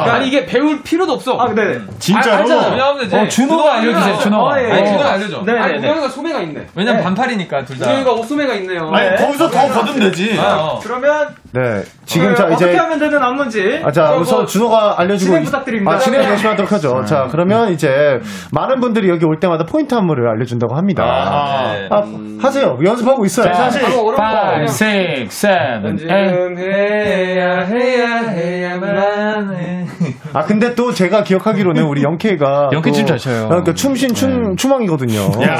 Speaker 13: 그러니까 아니 이게 배울 필요도 없어. 아,
Speaker 2: 네.
Speaker 11: 진짜로? 왜냐하면 이제 어, 준호가 준호가 알려주세요, 알려요. 준호가. 어, 예. 아니, 준호가 알려줘.
Speaker 13: 네.
Speaker 11: 네,
Speaker 13: 아니,
Speaker 11: 네, 네.
Speaker 13: 우영이가 소매가 있네.
Speaker 11: 왜냐면 반팔이니까 둘 다. 아,
Speaker 13: 우영이가 옷 소매가 있네요. 어.
Speaker 11: 아니, 거기서 더
Speaker 10: 걷으면 되지.
Speaker 2: 그러면
Speaker 12: 네. 지금
Speaker 2: 어,
Speaker 12: 자,
Speaker 2: 어떻게
Speaker 12: 이제.
Speaker 2: 하면 되는 안무인지.
Speaker 12: 아, 자,
Speaker 2: 그리고
Speaker 12: 우선 준호가 알려주고.
Speaker 2: 진행
Speaker 12: 있-
Speaker 2: 부탁드립니다. 네.
Speaker 12: 아, 진행 열심히 하도록 하죠. 자, 그러면 이제 많은 분들이 여기 올 때마다 포인트 안무를 알려준다고
Speaker 11: 어.
Speaker 12: 합니다.
Speaker 7: 아,
Speaker 12: 아,
Speaker 7: 네.
Speaker 12: 하세요. 연습하고 있어요. 사실.
Speaker 10: 아,
Speaker 11: 네.
Speaker 7: 5, 6, 7, 8.
Speaker 13: 지금 해야 해야 해야만 해.
Speaker 11: 네.
Speaker 12: 아, 근데 또 제가 기억하기로는 우리 영케이가.
Speaker 7: 영케이
Speaker 12: 또-
Speaker 7: 춤잘 춰요.
Speaker 12: 아, 그러니까 춤신 춤, 추망이거든요.
Speaker 13: 솔직히,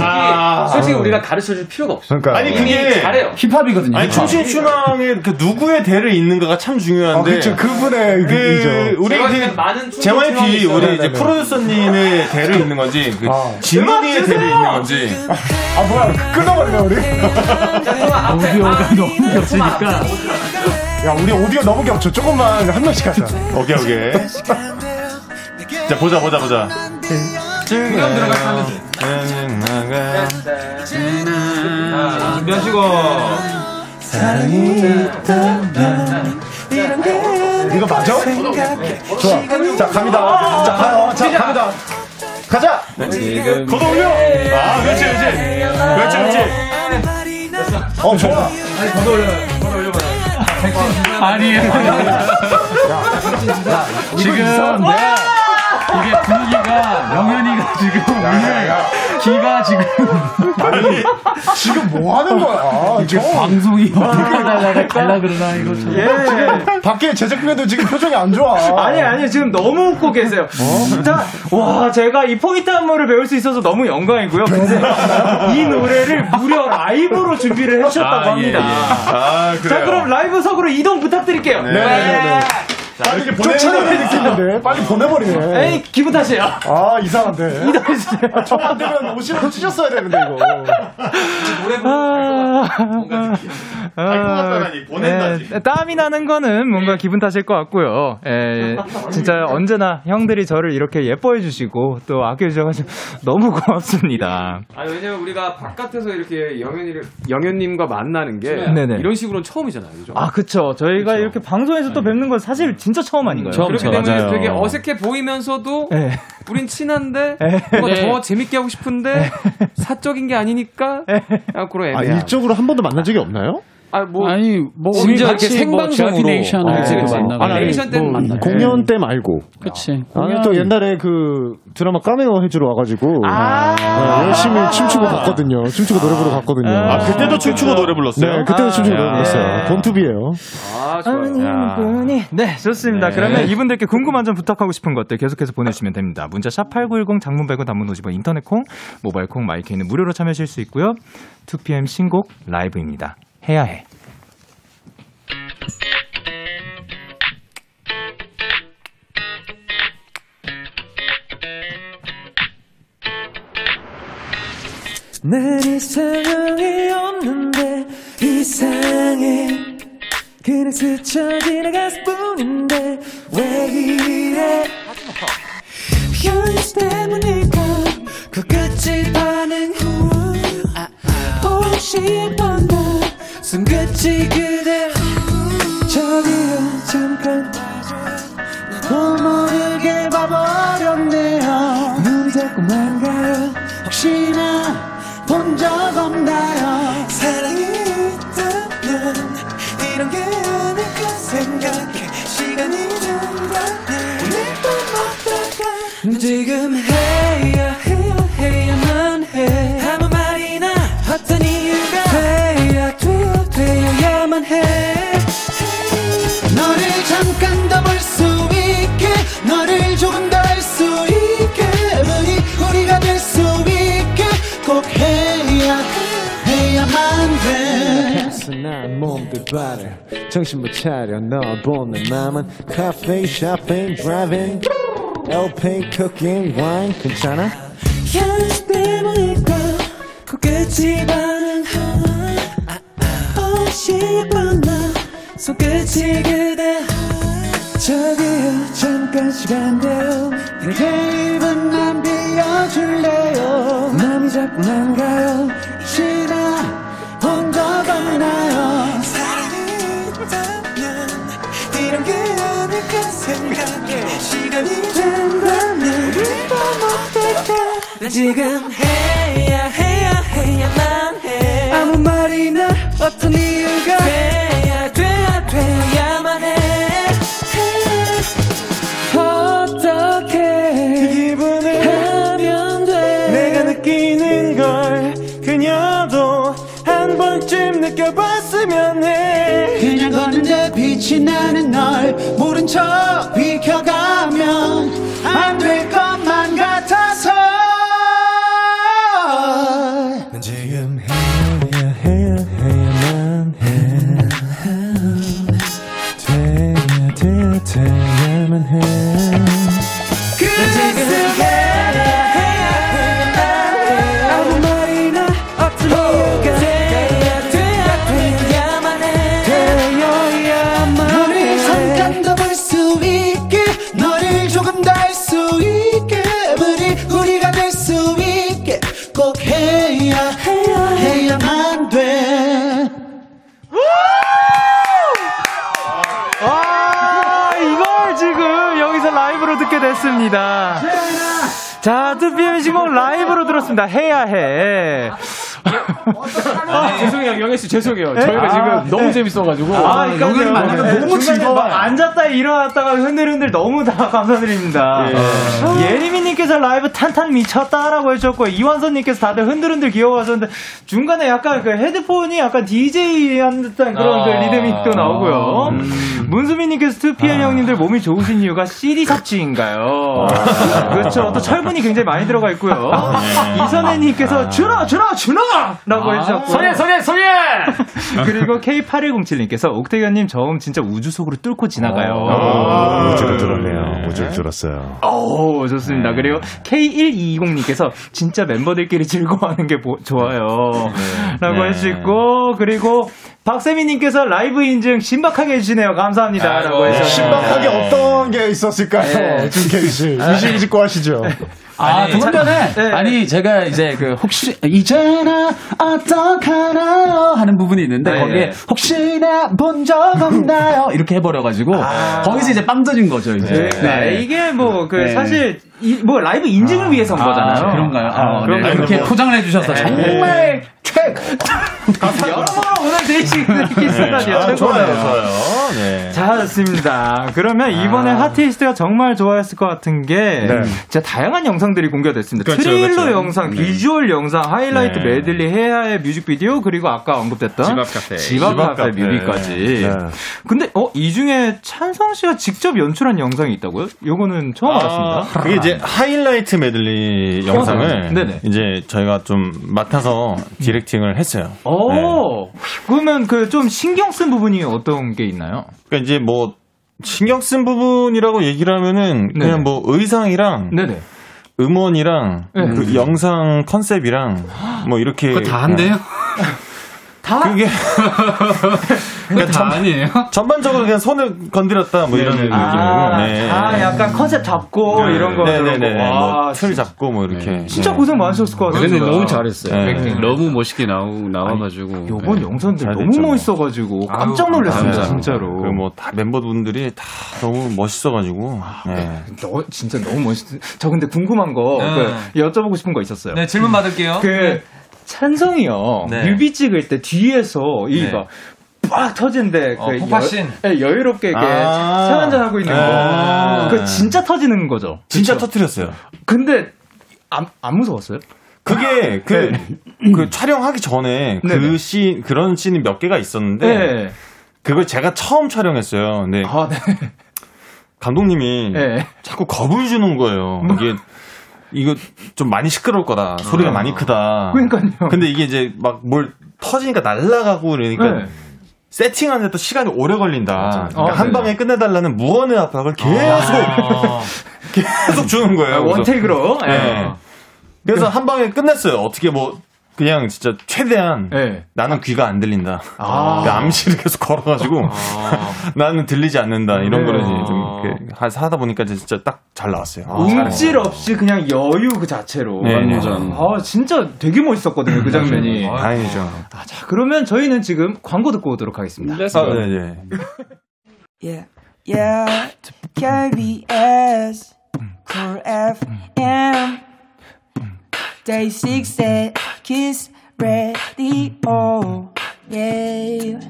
Speaker 13: 솔직히 우리가 가르쳐 줄 필요가 없어.
Speaker 12: 그러니까.
Speaker 10: 아니,
Speaker 13: 이미
Speaker 10: 그게-
Speaker 13: 잘해요.
Speaker 7: 힙합이거든요.
Speaker 10: 아니, 춤신 추망의 그 누구의 대를 잇는가가 참 중요한데.
Speaker 12: 아, 그쵸. 그분의
Speaker 10: 그
Speaker 12: 의견이죠.
Speaker 10: 우리
Speaker 12: 제가
Speaker 10: 이제
Speaker 12: 그냥 많은 춤신 추망이
Speaker 10: JYP
Speaker 12: 있어요.
Speaker 10: 우리
Speaker 12: 네네네.
Speaker 10: 이제 프로듀서님의 대를 잇는 건지 그 진원이의
Speaker 12: 음악 주세요!
Speaker 10: 대를 잇는 건지.
Speaker 12: 아, 뭐야. 끊어버려, 우리. 오디오가 너무 겹치니까. 야, 우리 오디오 너무 겹쳐. 조금만 한 명씩 하자.
Speaker 10: 오케이 오케이. 자 보자 보자 보자.
Speaker 13: 구경 들어가서 하면 돼. 자, 김현식어.
Speaker 12: 이거 맞아? 좋아. 자, 갑니다. 자, 가, 어, 자, 갑니다. 가자!
Speaker 10: 지금 걷어 올려! 아, 그렇지, 그렇지. 그렇지,
Speaker 7: 아,
Speaker 10: 그렇지.
Speaker 12: 어, 좋아.
Speaker 13: 아니, 걷어 올려. 걷어 올려봐.
Speaker 7: 아니. 지금 내가 이게 분위기가 영현이가 지금 오늘 기가 지금
Speaker 12: 아니, 지금 뭐 하는 거야?
Speaker 7: 이게
Speaker 12: 저-
Speaker 7: 방송이 어떻게 가다가 갈라 그러나 이거 참.
Speaker 12: 예. 지금 밖에 제작진도 지금 표정이 안 좋아.
Speaker 13: 아니, 아니, 지금 너무 웃고 계세요.
Speaker 10: 어?
Speaker 13: 진짜, 와, 제가 이 포인트 안무를 배울 수 있어서 너무 영광이고요. 근데 이 노래를 무려 라이브로 준비를 해주셨다고
Speaker 10: 아, 예,
Speaker 13: 합니다.
Speaker 10: 예. 아, 그래요.
Speaker 13: 자, 그럼 라이브석으로 이동 부탁드릴게요.
Speaker 10: 네, 네, 네.
Speaker 12: 빨리 이렇게 쫓아내는 느낌인데 빨리 보내버리네.
Speaker 13: 에이, 기분 탓이야.
Speaker 12: 아 이상한데.
Speaker 13: 이상한데.
Speaker 12: 아, 저안 되면 옷이라도 찢었어야 되는데 이거.
Speaker 2: 아, 예, 땀이 나는 거는
Speaker 13: 네.
Speaker 2: 뭔가 기분 탓일 것 같고요. 예, 진짜 언제나 형들이 저를 이렇게 예뻐해 주시고 또 아껴 주셔가지고 너무 고맙습니다.
Speaker 13: 아 왜냐면 우리가 바깥에서 이렇게 영현이를 영현님과 만나는 게
Speaker 2: 네네.
Speaker 13: 이런 식으로는 처음이잖아요, 그죠?
Speaker 2: 아, 그쵸. 저희가 이렇게 방송에서 또 뵙는 건 사실 진짜 처음 아닌가요?
Speaker 13: 네. 그렇기 때문에 되게 어색해 보이면서도
Speaker 7: 네.
Speaker 2: 예.
Speaker 13: 우린 친한데
Speaker 2: 네.
Speaker 13: 뭔가
Speaker 2: 네.
Speaker 13: 더 재밌게 하고 싶은데 사적인 게 아니니까 아, 그런
Speaker 12: 아
Speaker 13: 애매함.
Speaker 12: 일적으로 한 번도 만난 적이 없나요?
Speaker 13: 아뭐
Speaker 7: 아니 뭐
Speaker 13: 심지어
Speaker 7: 우리 같이
Speaker 13: 이렇게
Speaker 7: 뭐
Speaker 13: 생방송으로.
Speaker 7: 제아비네이션을
Speaker 13: 아, 그치,
Speaker 7: 이렇게
Speaker 13: 그치.
Speaker 7: 만나고 음.
Speaker 13: 아니, 아니,
Speaker 12: 아니,
Speaker 13: 때 만나요.
Speaker 12: 공연 때 말고.
Speaker 7: 그치
Speaker 13: 아,
Speaker 12: 나는 또 옛날에 그 드라마 까메오 해주러 와가지고 네, 열심히 춤추고 갔거든요. 춤추고 노래 부르러 갔거든요.
Speaker 10: 아, 그때도 춤추고 노래 불렀어요?
Speaker 12: 네, 그때도
Speaker 10: 아,
Speaker 12: 춤추고
Speaker 10: 야.
Speaker 12: 노래 불렀어요. 본투비예요.
Speaker 13: 아,
Speaker 2: 네, 좋습니다.
Speaker 12: 네.
Speaker 2: 그러면 이분들께 궁금한 점 부탁하고 싶은 것들 계속해서 보내주시면 됩니다. 문자 샵8910 장문 100원 단문 50원 인터넷 콩, 모바일 콩, 마이케이는 무료로 참여하실 수 있고요. 2PM 신곡 라이브입니다. 해야 해.
Speaker 4: 난 이상형이 없는데 이상해 그냥 스쳐 지나갔을 뿐인데 왜 이래 현실 때문일까 그 끝이 반응 후 보고 싶었나 손끝이 그대 저기요 잠깐 나도 모르게 봐버렸네요 눈이 자꾸만 가요 혹시나 본 적 없나요 사랑이 있다면 이런 게 아닐까 생각해 시간이 된다면 오늘 밤 어떨까 넌 지금 해야 해야 해야만 해 아무 말이나 어떤 이유가 돼야 돼야 돼야만 해 너를 잠깐 더 볼 수 있게 너를 조금 더 알 수 있게 우리 우리가 될 수 있게 꼭 해야 해야만 돼
Speaker 14: 난 몸도 바래 정신 못 차려 넣어본 내 맘은 카페 쇼핑 드라이빙 LP 쿠킹 와인 괜찮아?
Speaker 4: 현실 때문일까 코끝이 반응하나 보고 싶었나 손끝이 그대 저기요 잠깐 시간 돼요 내게 입은 난 빌려줄래요 마음이 자꾸 난 가요 혹시나 본적 없나요 사랑이 있다면 이런 게 아닐까 생각해 시간이 된다면 우리 밤 어떨까 난 지금 해야 해야 해야만 해 아무 말이나 어떤 이유가 돼야 돼야 돼야만 해 어떻게 그 기분을 하면 돼 내가 느끼는 걸 그녀도 한 번쯤 느껴봤으면 해 그냥 걷는데 빛이 나는 널 모른 척 비켜가면 안 될 것만 같아서
Speaker 14: 난 지금 해야 해야 해야만 해 돼야 돼야 돼야만 해
Speaker 4: 그랬을 때 아무 말이나 어떤 이유가 돼야 돼야 돼야만 해 되어야만
Speaker 14: 너를 잠깐
Speaker 4: 더볼수 있게 너를 조금 더 알 수 있게 우리 우리가 될
Speaker 2: 아, 듣게 됐습니다. 자, 투피엠 신곡 라이브로 들었습니다. 해야 해.
Speaker 13: 아, 죄송해요, 영애 씨 죄송해요.
Speaker 2: 네?
Speaker 13: 저희가
Speaker 2: 아,
Speaker 13: 지금 너무
Speaker 2: 네.
Speaker 13: 재밌어가지고.
Speaker 2: 아, 그러니까요.
Speaker 13: 영애를 만나면 너무
Speaker 2: 중간에
Speaker 13: 즐거워요.
Speaker 2: 막 앉았다 일어났다가 흔들흔들 너무 다 감사드립니다.
Speaker 13: 예.
Speaker 2: 예림이님께서 라이브 탄탄 미쳤다라고 해주셨고 이완선님께서 다들 흔들흔들 귀여워하셨는데 중간에 약간 그 헤드폰이 약간 DJ한 듯한 그런 그
Speaker 13: 아.
Speaker 2: 리듬이 또 나오고요.
Speaker 13: 음.
Speaker 2: 문수민님께서 2PM
Speaker 13: 아.
Speaker 2: 형님들 몸이 좋으신 이유가 CD 섭취인가요?
Speaker 13: 아.
Speaker 2: 그렇죠. 또 철분이 굉장히 많이 들어가 있고요.
Speaker 13: 네.
Speaker 2: 이선혜님께서 준아 준아 준아라고 해주셨고
Speaker 13: 소리야, 소리야, 소리야!
Speaker 2: 그리고 K8107님께서 옥태견님 저음 진짜 우주 속으로 뚫고 지나가요.
Speaker 10: 아.
Speaker 9: 오, 우주를 뚫었네요. 우주를 뚫었어요.
Speaker 2: 오, 좋습니다. 그리고 K1220님께서 진짜 멤버들끼리 즐거워하는 게 보- 좋아요. 라고
Speaker 13: 네.
Speaker 2: 해주시고, 그리고 박세미님께서 라이브 인증 신박하게 해주시네요. 감사합니다. 라고 해주셨
Speaker 11: 네.
Speaker 12: 신박하게
Speaker 13: 네.
Speaker 12: 어떤 게 있었을까요?
Speaker 14: 네.
Speaker 7: 예.
Speaker 12: 준케이 씨.
Speaker 7: 아.
Speaker 12: 의식 짓고 하시죠.
Speaker 7: 아, 조금 전에
Speaker 2: 네.
Speaker 11: 네.
Speaker 7: 아니 제가 이제 그 혹시 이제나 어떡하나요 하는 부분이 있는데
Speaker 8: 네,
Speaker 7: 거기에
Speaker 8: 네.
Speaker 7: 혹시나 본 적 없나요 아, 예. 이렇게 해버려가지고 거기서 이제 빵 터진 거죠 이제. 네.
Speaker 2: 이게 뭐 그
Speaker 7: 네.
Speaker 2: 사실 이- 뭐 라이브 인증을 위해서 온
Speaker 7: 아,
Speaker 2: 거잖아요.
Speaker 7: 그런가요? 아,
Speaker 2: 그런
Speaker 7: 네.
Speaker 2: 거죠.
Speaker 7: 이렇게 포장을 해주셔서
Speaker 2: 네.
Speaker 7: 정말
Speaker 2: 여러모로 아, 오늘 데이식스
Speaker 13: 네. 아, 좋아요,
Speaker 2: 키스라디오 최고네요.
Speaker 13: 좋아요.
Speaker 2: 네. 자, 좋습니다.
Speaker 13: 아.
Speaker 2: 그러면 이번에 핫테이스트가 정말 좋아했을 것 같은 게 진짜 다양한 영상들이 공개됐습니다.
Speaker 13: 네. 그렇죠,
Speaker 2: 트레일러
Speaker 13: 그렇죠.
Speaker 2: 영상,
Speaker 13: 네.
Speaker 2: 비주얼 영상, 하이라이트
Speaker 13: 네.
Speaker 2: 메들리, 해야의 뮤직비디오 그리고 아까 언급됐던
Speaker 13: 집앞 카페.
Speaker 2: 집앞
Speaker 13: 집앞
Speaker 2: 카페
Speaker 13: 카페.
Speaker 2: 뮤비까지.
Speaker 13: 네.
Speaker 2: 근데 어, 이 중에 찬성 씨가 직접 연출한 영상이 있다고요? 요거는 처음
Speaker 13: 아.
Speaker 2: 알았습니다.
Speaker 10: 그게 이제 하이라이트 메들리 영상을
Speaker 2: 아. 네네.
Speaker 10: 이제 저희가 좀 맡아서 디렉팅을 했어요.
Speaker 2: 오,
Speaker 10: 네.
Speaker 2: 그러면 그 좀 신경 쓴 부분이 어떤 게 있나요?
Speaker 10: 그러니까 이제 뭐 신경 쓴 부분이라고 얘기를 하면은
Speaker 2: 네네.
Speaker 10: 그냥 뭐 의상이랑 음원이랑
Speaker 2: 네.
Speaker 10: 그 영상 컨셉이랑 뭐 이렇게
Speaker 2: 그거 다 한대요? 다?
Speaker 10: 그게
Speaker 2: 그거 다 아니에요?
Speaker 10: 전반적으로 그냥 손을 건드렸다 뭐 이런 느낌이고
Speaker 2: 아,
Speaker 10: 네.
Speaker 2: 다 약간 컨셉 잡고
Speaker 13: 네.
Speaker 2: 이런 거 들어보고. 아,
Speaker 10: 네네네
Speaker 2: 와,
Speaker 10: 뭐틀 잡고 뭐 이렇게
Speaker 2: 진짜
Speaker 10: 네.
Speaker 2: 고생 많으셨을 것 같아요.
Speaker 15: 근데 너무 잘했어요.
Speaker 10: 네.
Speaker 15: 너무 멋있게 나오, 나와가지고.
Speaker 11: 네.
Speaker 2: 요번 영상들
Speaker 10: 잘
Speaker 2: 너무
Speaker 10: 됐죠, 뭐.
Speaker 2: 멋있어가지고 깜짝 놀랐습니다, 진짜로.
Speaker 10: 그 뭐 다 멤버분들이 다 너무 멋있어가지고.
Speaker 2: 아,
Speaker 10: 네.
Speaker 2: 너 진짜 너무 멋있. 저 근데 궁금한 거
Speaker 11: 네.
Speaker 2: 그 여쭤보고 싶은 거 있었어요.
Speaker 11: 네, 질문 받을게요.
Speaker 2: 그
Speaker 11: 네.
Speaker 2: 찬성이요.
Speaker 11: 네.
Speaker 2: 뮤비 찍을 때 뒤에서
Speaker 11: 네.
Speaker 2: 이막 빡 터지는데
Speaker 11: 어,
Speaker 2: 그
Speaker 11: 폭발씬.
Speaker 2: 여, 네, 여유롭게 이렇게
Speaker 11: 아.
Speaker 2: 차 한잔 하고 있는 거.
Speaker 11: 아.
Speaker 2: 그 진짜 터지는 거죠.
Speaker 10: 진짜 터뜨렸어요.
Speaker 2: 근데 안, 안 무서웠어요?
Speaker 10: 그게
Speaker 2: 아,
Speaker 10: 그,
Speaker 2: 네.
Speaker 10: 그 촬영하기 전에 그 씬, 그런 씬이 몇 개가 있었는데
Speaker 2: 네. 아.
Speaker 10: 그걸 제가 처음 촬영했어요. 근데 감독님이
Speaker 2: 네.
Speaker 10: 자꾸 겁을 주는 거예요. 이게 이거 좀 많이 시끄러울 거다. 소리가
Speaker 2: 아.
Speaker 10: 많이 크다.
Speaker 2: 그러니까요.
Speaker 10: 근데 이게 이제 막 뭘 터지니까 날아가고 그러니까
Speaker 2: 네.
Speaker 10: 세팅하는데 또 시간이 오래 걸린다. 그러니까
Speaker 2: 아,
Speaker 10: 한
Speaker 2: 네.
Speaker 10: 방에 끝내달라는 무언의 압박을 계속 계속 주는 거예요.
Speaker 2: 아,
Speaker 10: 그래서.
Speaker 2: 원테이크로?
Speaker 10: 네.
Speaker 2: 예.
Speaker 10: 그래서 한 방에 끝냈어요. 어떻게 뭐 그냥 진짜 최대한
Speaker 2: 예.
Speaker 10: 나는 귀가 안 들린다.
Speaker 2: 아.
Speaker 10: 그 암시를 계속 걸어가지고 나는 들리지 않는다 이런
Speaker 2: 네.
Speaker 10: 거를 이제 좀 이렇게 하- 하다 보니까 이제 진짜 딱 아, 잘 나왔어요.
Speaker 2: 아, 움찔 없이 그냥 여유 그 자체로.
Speaker 10: 네, 네.
Speaker 2: 아, 진짜 되게 멋있었거든요, 그 장면이.
Speaker 10: 아, 다행이죠.
Speaker 2: 자, 그러면 저희는 지금 광고 듣고 오도록 하겠습니다.
Speaker 10: 아, 네, 네.
Speaker 16: Yeah, KBS, Cool FM, Day 6의 Kiss Radio, yeah.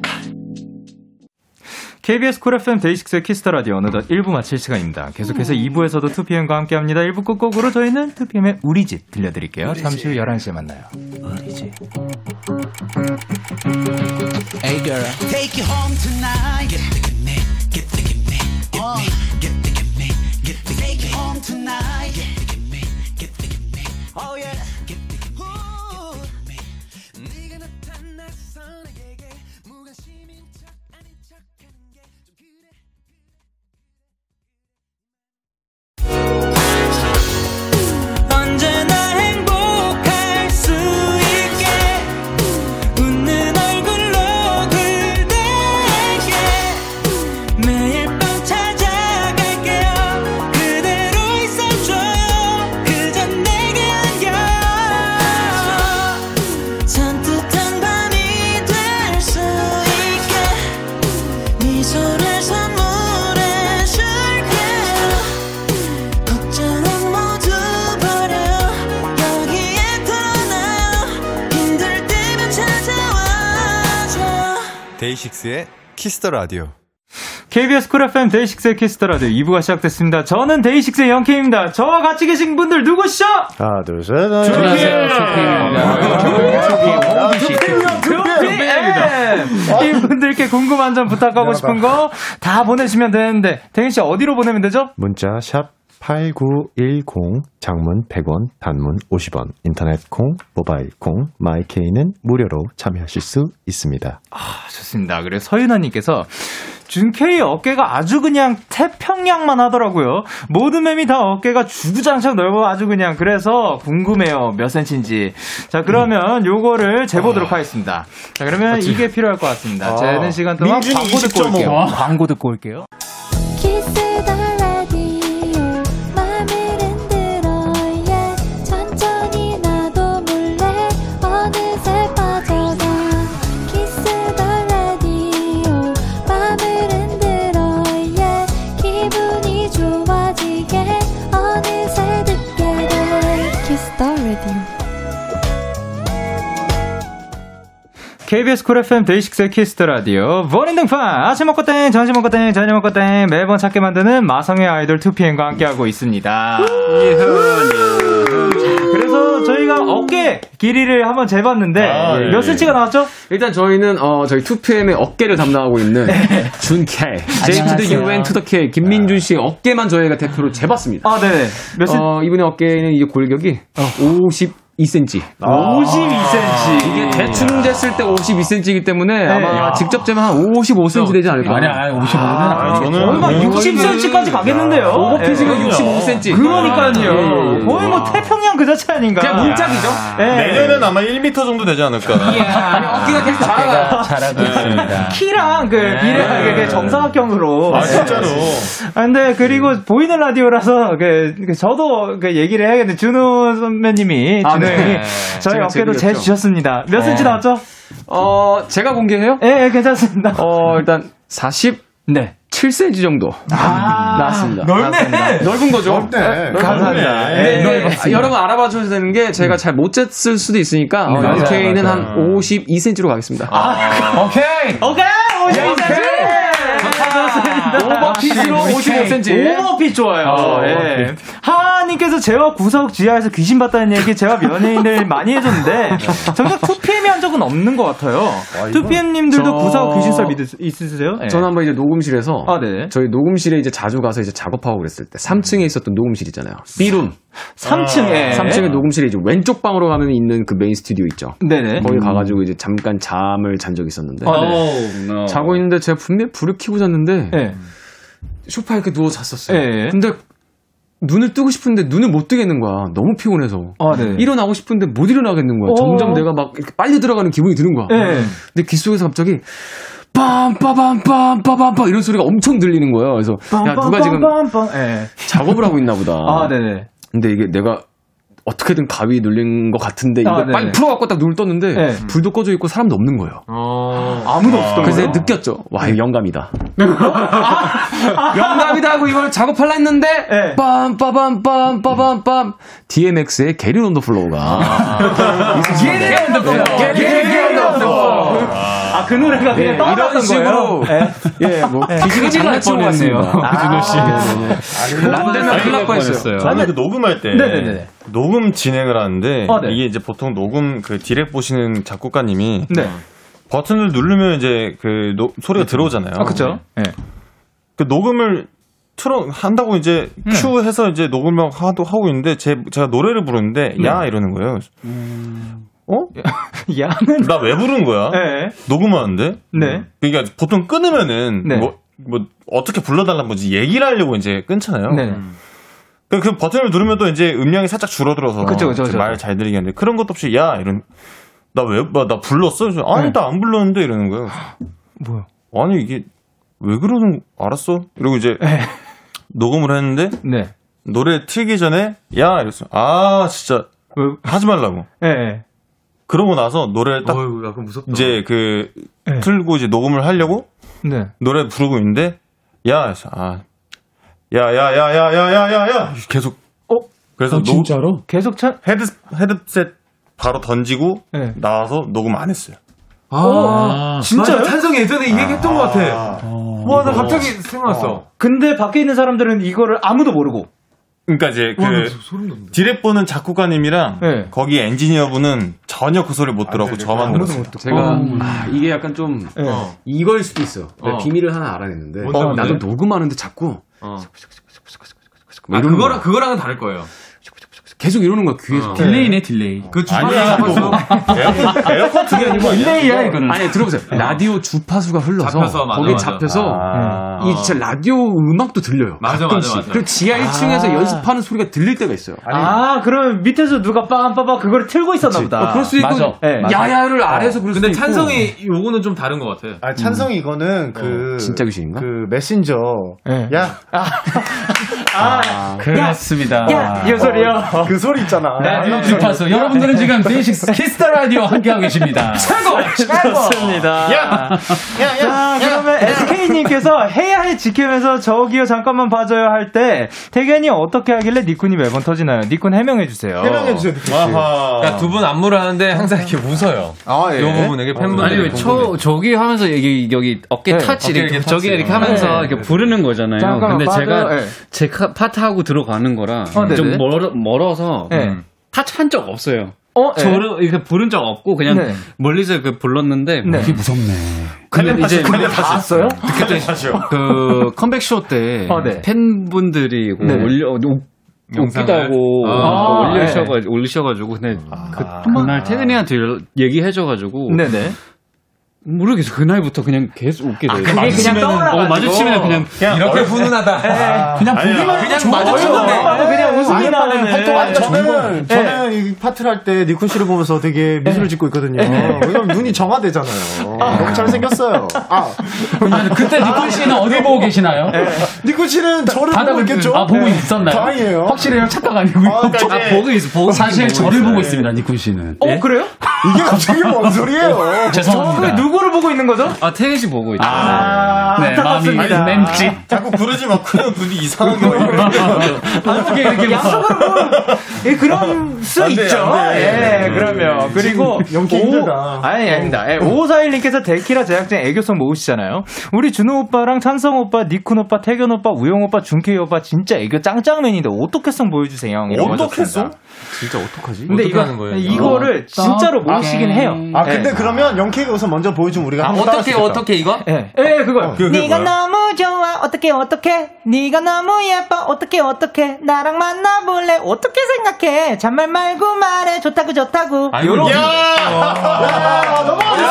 Speaker 2: KBS 쿨 FM 데이식스의 키스터 라디오 어느덧 1부 마칠 시간입과 계속해서 2부에서도 2PM과 함께 합니다. 1부 끝곡으로 저희는 2PM의 우리 집 들려드릴게요. 잠시 후 11시에 만나요.
Speaker 17: Hey girl.
Speaker 6: Take you home tonight. Get the get me, get the get me, get me, get the get me, get the Take you home tonight. Get the get me, get the get me. Oh yeah. Get the get me, get the get me. 네가 나타났어 나에게 무관심인 척 아닌 척하는 게좀 그래.
Speaker 17: 언제나 행복할 수 있게 웃는 얼굴로 그대에게 매일 밤 찾아 네
Speaker 18: 데이식스의 키스터 라디오.
Speaker 2: KBS 쿨 FM 데이식스의 키스터 라디오 2부가 시작됐습니다. 저는 데이식스의 영케입니다. 저와 같이 계신 분들 누구시죠?
Speaker 18: 하나, 둘, 셋.
Speaker 10: 네.
Speaker 18: 네.
Speaker 2: 안녕하세요,
Speaker 13: 네.
Speaker 19: 아.
Speaker 2: 예. 이분들께 궁금한 점 부탁하고 싶은 거 다 보내시면 되는데 대현 씨 어디로 보내면 되죠?
Speaker 18: 문자 샵 8910 장문 100원 단문 50원 인터넷 콩 모바일 콩 마이케이는 무료로 참여하실 수 있습니다.
Speaker 2: 좋습니다. 그래 서윤아님께서 준케이 어깨가 아주 그냥 태평양만 하더라고요. 모든 맴이 다 어깨가 주구장창 넓어 아주 그냥 그래서 궁금해요 몇 센치인지. 자 그러면 요거를 재보도록 하겠습니다. 자 그러면
Speaker 4: 맞지?
Speaker 2: 이게 필요할 것 같습니다.
Speaker 4: 아.
Speaker 2: 재는 시간 동안
Speaker 4: 민준이
Speaker 2: 광고 듣고
Speaker 4: 20.5.
Speaker 2: 올게요.
Speaker 4: 와.
Speaker 2: 광고 듣고 올게요.
Speaker 3: 천천히 나도 몰래 어느새 빠져가 키스 더 라디오 밤을 흔들어 예 기분이 좋아지게 어느새 듣게 돼 키스 더 라디오
Speaker 2: KBS 쿨 FM 데이식스의 키스트 라디오 버린 등판 아침 먹고 땡 점심 먹고 땡 저녁 먹고 땡 매번 찾게 만드는 마성의 아이돌 2PM과 함께하고
Speaker 13: 아,
Speaker 2: 있습니다
Speaker 13: 네.
Speaker 11: 예.
Speaker 2: 자, 그래서 저희가 어깨 길이를 한번 재봤는데 몇 센치가 나왔죠?
Speaker 11: 일단 저희는 어, 저희 2PM의 어깨를 담당하고 있는
Speaker 13: 네.
Speaker 11: 준케, 제이투드
Speaker 4: 안녕하세요.
Speaker 11: UN 투더케 김민준 씨의 어깨만 저희가 대표로 재봤습니다.
Speaker 2: 아, 네. 몇 센-
Speaker 11: 어, 이분의 어깨는 이제 골격이 어. 52cm.
Speaker 4: 아. 52cm.
Speaker 11: 이게 대충 쟀을 때 52cm이기 때문에 아마
Speaker 4: 네. 야.
Speaker 11: 직접 재면 한 55cm 되지 않을까.
Speaker 4: 아니야, 뭐
Speaker 11: 아니, 55는 아,
Speaker 4: 얼마 60cm 까지 가겠는데요?
Speaker 11: 오버핏이가
Speaker 4: 예.
Speaker 11: 65cm.
Speaker 4: 그러니까요.
Speaker 10: 예, 예, 예.
Speaker 2: 네. 아, 거의 뭐 태평양 그 자체 아닌가 네.
Speaker 10: 그냥 네.
Speaker 4: 문짝이죠?
Speaker 10: 내년엔 아마 1m 정도 되지 않을까.
Speaker 4: 아,
Speaker 2: 어깨가 계속
Speaker 11: 아,
Speaker 2: 자라가
Speaker 4: 예.
Speaker 2: 자라고 있습니다 키랑 그 비례하게 그 정사각형으로
Speaker 10: 아, 네, 진짜로.
Speaker 2: 아, 근데 그리고
Speaker 11: 음.
Speaker 2: 보이는 라디오라서 그, 그 저도 그 얘기를 해야겠는데 준호 선배님이
Speaker 11: 아,
Speaker 2: 준호
Speaker 11: 네.
Speaker 2: 형이 저희
Speaker 11: 제가
Speaker 2: 어깨도
Speaker 11: 제기했죠.
Speaker 2: 재 주셨습니다. 몇
Speaker 11: 어.
Speaker 2: 센치 나왔죠?
Speaker 11: 어, 제가 공개해요?
Speaker 2: 예, 예, 괜찮습니다.
Speaker 11: 어, 일단 40.
Speaker 2: 네.
Speaker 11: 7cm 정도 나왔습니다.
Speaker 4: 넓네.
Speaker 11: 나왔습니다. 넓은 거죠.
Speaker 4: 넓네.
Speaker 11: 네, 넓은
Speaker 4: 감사합니다.
Speaker 11: 거죠. 네,
Speaker 4: 예,
Speaker 11: 네.
Speaker 4: 넓었습니다. 음.
Speaker 11: 여러분 알아봐 주셔야 되는 게 제가 잘 못 쟀을 수도 있으니까 어,
Speaker 4: 네, 맞아요,
Speaker 11: 영케이는
Speaker 4: 맞아요. 음. 아,
Speaker 11: 한 52cm로 가겠습니다.
Speaker 4: 오케이.
Speaker 2: 오케이.
Speaker 4: 55cm.
Speaker 11: 오버핏으로 55cm.
Speaker 2: 네. 오버핏 좋아요.
Speaker 4: 어,
Speaker 2: 예. 하하님께서 제가 구석 지하에서 귀신 봤다는 얘기 제가 연예인들 많이 해줬는데 정작 2PM이 한 적은 없는 것 같아요. 2PM님들도 구석 귀신 썰 믿으세요? 있으세요? 예.
Speaker 11: 저는 한번 이제 녹음실에서 저희 녹음실에 이제 자주 가서 이제 작업하고 그랬을 때 3층에 있었던 녹음실 있잖아요. B룸.
Speaker 2: 3층, 예.
Speaker 11: 아, 3층의 녹음실에 이제 왼쪽 방으로 가면 있는 그 메인 스튜디오 있죠.
Speaker 2: 네네.
Speaker 11: 거기
Speaker 2: 음.
Speaker 11: 가가지고 이제 잠깐 잠을 잔 적이 있었는데.
Speaker 4: 아, 네.
Speaker 11: 어. 자고 있는데 제가 분명히 불을 켜고 잤는데
Speaker 2: 예.
Speaker 11: 소파에 이렇게 누워 잤었어요.
Speaker 4: 예,
Speaker 11: 근데 눈을 뜨고 싶은데 눈을 못 뜨겠는 거야. 너무 피곤해서.
Speaker 4: 아, 네.
Speaker 11: 일어나고 싶은데 못 일어나겠는 거야.
Speaker 4: 어.
Speaker 11: 점점 내가 막 이렇게 빨려 들어가는 기분이 드는
Speaker 2: 예.
Speaker 11: 거야.
Speaker 4: 네.
Speaker 11: 근데 귓속에서 갑자기 빰빠밤빰빠밤빰 이런 소리가 엄청 들리는 거예요. 그래서 야 누가 지금 작업을 하고 있나 보다.
Speaker 2: 예. 아, 네네.
Speaker 11: 근데 이게 내가 어떻게든 가위 눌린 것 같은데 이걸
Speaker 4: 아, 네네.
Speaker 11: 빨리 풀어갖고 딱 눈을 떴는데
Speaker 4: 네.
Speaker 11: 불도 꺼져 있고 사람도 없는 거예요.
Speaker 4: 아. 아무도 없었던
Speaker 11: 그래서
Speaker 4: 거예요?
Speaker 11: 느꼈죠. 와 이거 영감이다. 영감이다 하고 이걸 작업할라 했는데
Speaker 2: 예.
Speaker 11: 빰빠밤빰빠밤빰 DMX의 게리 온더 플로우가
Speaker 4: Get it on the floor. 네, Get it on the floor.
Speaker 2: 아, 그 노래가
Speaker 4: 그냥
Speaker 11: 예,
Speaker 4: 떠올랐던
Speaker 11: 이런 식으로
Speaker 4: 거예요?
Speaker 11: 예, 뭐
Speaker 4: 네.
Speaker 11: 기지개
Speaker 4: 큰일 날
Speaker 11: 장난치고
Speaker 4: 아, 뻔했네요.
Speaker 11: 갔네요.
Speaker 4: 그준호 씨.
Speaker 10: 난
Speaker 11: 큰일 날 뻔했어요.
Speaker 10: 저는 그 녹음할 때
Speaker 4: 네네네.
Speaker 10: 녹음 진행을 하는데
Speaker 4: 아, 네.
Speaker 10: 이게 이제 보통 녹음 그 디렉 보시는 작곡가님이
Speaker 4: 네.
Speaker 10: 버튼을 누르면 이제 그 노- 소리가 들어오잖아요.
Speaker 4: 아, 그쵸.
Speaker 10: 네. 그 녹음을 틀어 한다고 이제
Speaker 4: 네.
Speaker 10: 큐 해서 이제 녹음을 하도 하고 있는데 제 제가 노래를 부르는데 야
Speaker 4: 네.
Speaker 10: 이러는 거예요.
Speaker 4: 음.
Speaker 10: 어?
Speaker 2: 야는
Speaker 10: 나 왜 부른 거야?
Speaker 4: 네.
Speaker 2: 예.
Speaker 10: 녹음하는데.
Speaker 2: 네.
Speaker 10: 그러니까 보통 끊으면은
Speaker 2: 네.
Speaker 10: 뭐, 뭐 어떻게 불러달라는 건지 얘기를 하려고 이제 끊잖아요.
Speaker 2: 네.
Speaker 10: 그, 그 버튼을 누르면 또 이제 음량이 살짝 줄어들어서
Speaker 2: 그쵸, 그쵸, 그쵸.
Speaker 10: 말 잘 들리게 하는데 그런 것도 없이 야 이런 나 왜 뭐, 나 불렀어? 그래서 아니 나 안 불렀는데 이러는 거예요.
Speaker 2: 네. 뭐야?
Speaker 10: 아니 이게 왜 그러는 알았어? 이러고 이제
Speaker 2: 네.
Speaker 10: 녹음을 했는데 노래 틀기 전에 야 이랬어. 아 진짜 하지 말라고.
Speaker 2: 예.
Speaker 10: 그러고 나서 노래를 딱 이제 그 틀고 이제 녹음을 하려고
Speaker 2: 네.
Speaker 10: 노래 부르고 있는데 야, 아, 야, 야, 야, 야, 야, 야, 야, 야 계속.
Speaker 2: 어?
Speaker 10: 그래서
Speaker 2: 아,
Speaker 10: 녹-
Speaker 12: 아,
Speaker 2: 진짜로? 계속 차.
Speaker 10: 헤드 헤드셋 바로 던지고
Speaker 2: 네.
Speaker 10: 나와서 녹음 안 했어요.
Speaker 2: 아, 진짜요?
Speaker 20: 맞아, 찬성이 예전에 이 얘기했던 것 같아. 와, 나
Speaker 2: 이거.
Speaker 20: 갑자기 생각났어.
Speaker 2: 근데 밖에 있는 사람들은 이거를 아무도 모르고.
Speaker 10: 그러니까 이제
Speaker 2: 와,
Speaker 10: 그
Speaker 2: 나 소름 네.
Speaker 10: 디렉보는 작곡가님이랑 거기 엔지니어분은 전혀 그 소리 못 들었고 저만
Speaker 4: 아무도 못
Speaker 10: 들었어요.
Speaker 4: 듣고. 제가 아, 이게 약간 좀
Speaker 2: 예.
Speaker 4: 어, 이걸 수도 있어. 내가
Speaker 10: 어.
Speaker 4: 네, 비밀을 하나 알아냈는데 어,
Speaker 10: 뭔데, 뭔데?
Speaker 4: 나도 녹음하는데 자꾸
Speaker 21: 아,
Speaker 4: 이러는
Speaker 21: 그거랑
Speaker 4: 거야.
Speaker 21: 그거랑은 다를 거예요.
Speaker 4: 계속 이러는 거야 귀에서. 딜레이네 딜레이. 뭐
Speaker 21: 그 주파수 잡아서. 에어컨- 에어컨
Speaker 4: 그게 아니고
Speaker 21: 딜레이야,
Speaker 11: 음.
Speaker 21: 이거는.
Speaker 4: 아니 들어보세요. 라디오 주파수가 흘러서
Speaker 21: 잡혀서, 맞아,
Speaker 4: 거기에
Speaker 21: 맞아.
Speaker 4: 잡혀서
Speaker 12: 음.
Speaker 21: 아.
Speaker 4: 이 진짜 라디오 음악도 들려요.
Speaker 21: 맞아, 맞아,
Speaker 4: 가끔씩.
Speaker 21: 맞아.
Speaker 4: 그리고 지하 1층에서
Speaker 2: 아.
Speaker 4: 연습하는 소리가 들릴 때가 있어요.
Speaker 2: 아, 그럼 밑에서 누가 빠밤빠밤 그걸 틀고 있었나 보다.
Speaker 4: 어, 그럴 수도 있고,
Speaker 2: 예.
Speaker 4: 야야를
Speaker 11: 어.
Speaker 4: 아래에서 그럴 수도
Speaker 21: 근데
Speaker 4: 있고.
Speaker 21: 찬성이 요거는 좀 다른 것 같아.
Speaker 12: 아, 찬성이 이거는 그
Speaker 4: 진짜 귀신인가?
Speaker 12: 그 메신저.
Speaker 2: 네.
Speaker 12: 야.
Speaker 11: 그렇습니다. 네.
Speaker 12: 야, 이 소리요. 그 소리 있잖아.
Speaker 2: 네.
Speaker 11: 라디오 주파수. 여러분들은 지금 데이식스 키스터 라디오 함께하고 계십니다.
Speaker 2: 최고! 좋습니다.
Speaker 11: 야!
Speaker 2: 야, 자, 그러면 SK님께서 해야해 지키면서 저기요 잠깐만 봐줘요 할 때 태견이 어떻게 하길래 니쿤이 매번 터지나요? 니쿤 해명해주세요.
Speaker 21: 그러니까 두분 안무를 하는데 항상 이렇게 웃어요.
Speaker 2: 아, 예.
Speaker 21: 이 부분 되게 그 팬분들이
Speaker 4: 어, 아니, 왜
Speaker 21: 궁금해요.
Speaker 4: 초- 저기 하면서 여기 여기
Speaker 21: 어깨
Speaker 4: 터치
Speaker 21: 어깨
Speaker 4: 이렇게
Speaker 21: 이렇게
Speaker 4: 저기
Speaker 21: 터치.
Speaker 4: 이렇게 하면서
Speaker 21: 네.
Speaker 4: 이렇게 부르는 거잖아요.
Speaker 21: 잠깐만,
Speaker 4: 근데
Speaker 21: 빠져-
Speaker 4: 제가
Speaker 21: 네.
Speaker 4: 제 카- 파트하고 들어가는 거라
Speaker 21: 어, 네네.
Speaker 4: 좀 멀어, 멀어서
Speaker 21: 네.
Speaker 4: 음, 타치한 적 없어요.
Speaker 2: 어,
Speaker 4: 저 이렇게 부른 적 없고 그냥
Speaker 2: 네.
Speaker 4: 멀리서 그 불렀는데 되게 무섭네. 근데
Speaker 2: 텔레파시,
Speaker 4: 이제
Speaker 2: 텔레파시.
Speaker 4: 다
Speaker 2: 봤어요? 네,
Speaker 4: 그때 그 컴백 쇼 때
Speaker 21: 아,
Speaker 2: 어, 네.
Speaker 4: 팬분들이 뭐
Speaker 2: 네네.
Speaker 4: 올려 우- 웃기다고
Speaker 2: 아.
Speaker 21: 네.
Speaker 4: 올리셔가지고 올리셔가지고 근데
Speaker 21: 아.
Speaker 4: 그, 그날 태근이한테 연- 얘기해줘가지고
Speaker 2: 네네.
Speaker 4: 모르겠어 그날부터 그냥 계속 웃게 돼요.
Speaker 2: 아, 그게 그냥 마주치면은-
Speaker 11: 뭐
Speaker 2: 떠올라가지고.
Speaker 4: 어, 마주치면 그냥,
Speaker 2: 그냥
Speaker 4: 이렇게
Speaker 2: 얼-
Speaker 4: 훈훈하다.
Speaker 2: 예. 아니야. 그냥 마주치면 돼. 그냥 웃음이
Speaker 12: 아니,
Speaker 2: 나오네.
Speaker 12: 활동 안 저는
Speaker 2: 예.
Speaker 12: 저는 이 파트를 할 때 니쿤 씨를 보면서 되게
Speaker 2: 네.
Speaker 12: 미소를 짓고 있거든요. 왜냐면 눈이 정화되잖아요. 너무 잘 생겼어요. 아
Speaker 11: 그때 니쿤 씨는 어디 보고 계시나요?
Speaker 2: 네.
Speaker 12: 니쿤 씨는 저를 보고
Speaker 11: 바닥을
Speaker 12: 있겠죠? 네.
Speaker 11: 아, 보고 있었나요?
Speaker 12: 다행이에요.
Speaker 11: 확실해요? 착각 아니고요?
Speaker 12: 아, 그러니까 이제-
Speaker 11: 사실
Speaker 12: 보고
Speaker 11: 저를
Speaker 12: 있어요.
Speaker 11: 보고 있습니다, 니쿤 씨는.
Speaker 2: 어, 그래요?
Speaker 12: 이게 갑자기 뭔 소리예요?
Speaker 2: 죄송합니다. 누구를 보고 있는 거죠?
Speaker 4: 아 태근 씨 보고 있죠.
Speaker 2: 아,
Speaker 4: 네, 마음이
Speaker 2: 안타깝습니다.
Speaker 4: 맴지.
Speaker 10: 자꾸 부르지 마고요. 눈이
Speaker 2: 네,
Speaker 10: 이상하게
Speaker 2: 어떻게 이렇게 양쪽으로 예, 그런 수
Speaker 10: 안 돼,
Speaker 2: 있죠.
Speaker 10: 안 돼.
Speaker 2: 예, 그러면 그리고
Speaker 12: 연기 힘들다.
Speaker 2: 아니 아닙니다. 예, 5541님께서 데키라 제작진 애교성 모으시잖아요. 우리 준호 오빠랑 찬성 오빠, 니쿤 오빠, 태견 오빠, 우영 오빠, 준케이 오빠 진짜 애교 짱짱맨인데 어떻게성 보여주세요.
Speaker 12: 어떻게성?
Speaker 21: 진짜 어떡하지?
Speaker 2: 근데 이거 이거를 진짜로 모으시긴 해요.
Speaker 12: 아 근데
Speaker 2: 예.
Speaker 12: 그러면 영케이가 우선 먼저
Speaker 11: 아,
Speaker 12: 보여주면 우리가 한번 따라할 수 있다.
Speaker 21: 이거?
Speaker 2: 예, 예, 그거요.
Speaker 22: 네가 너무 좋아 어떻게 어떻게 네가 너무 예뻐 어떻게 어떻게 나랑 만나볼래 어떻게 생각해 잔말 말고 말해 좋다고 좋다고
Speaker 21: 요런
Speaker 2: 네,
Speaker 22: 요런-
Speaker 21: 너무
Speaker 2: 아, 네.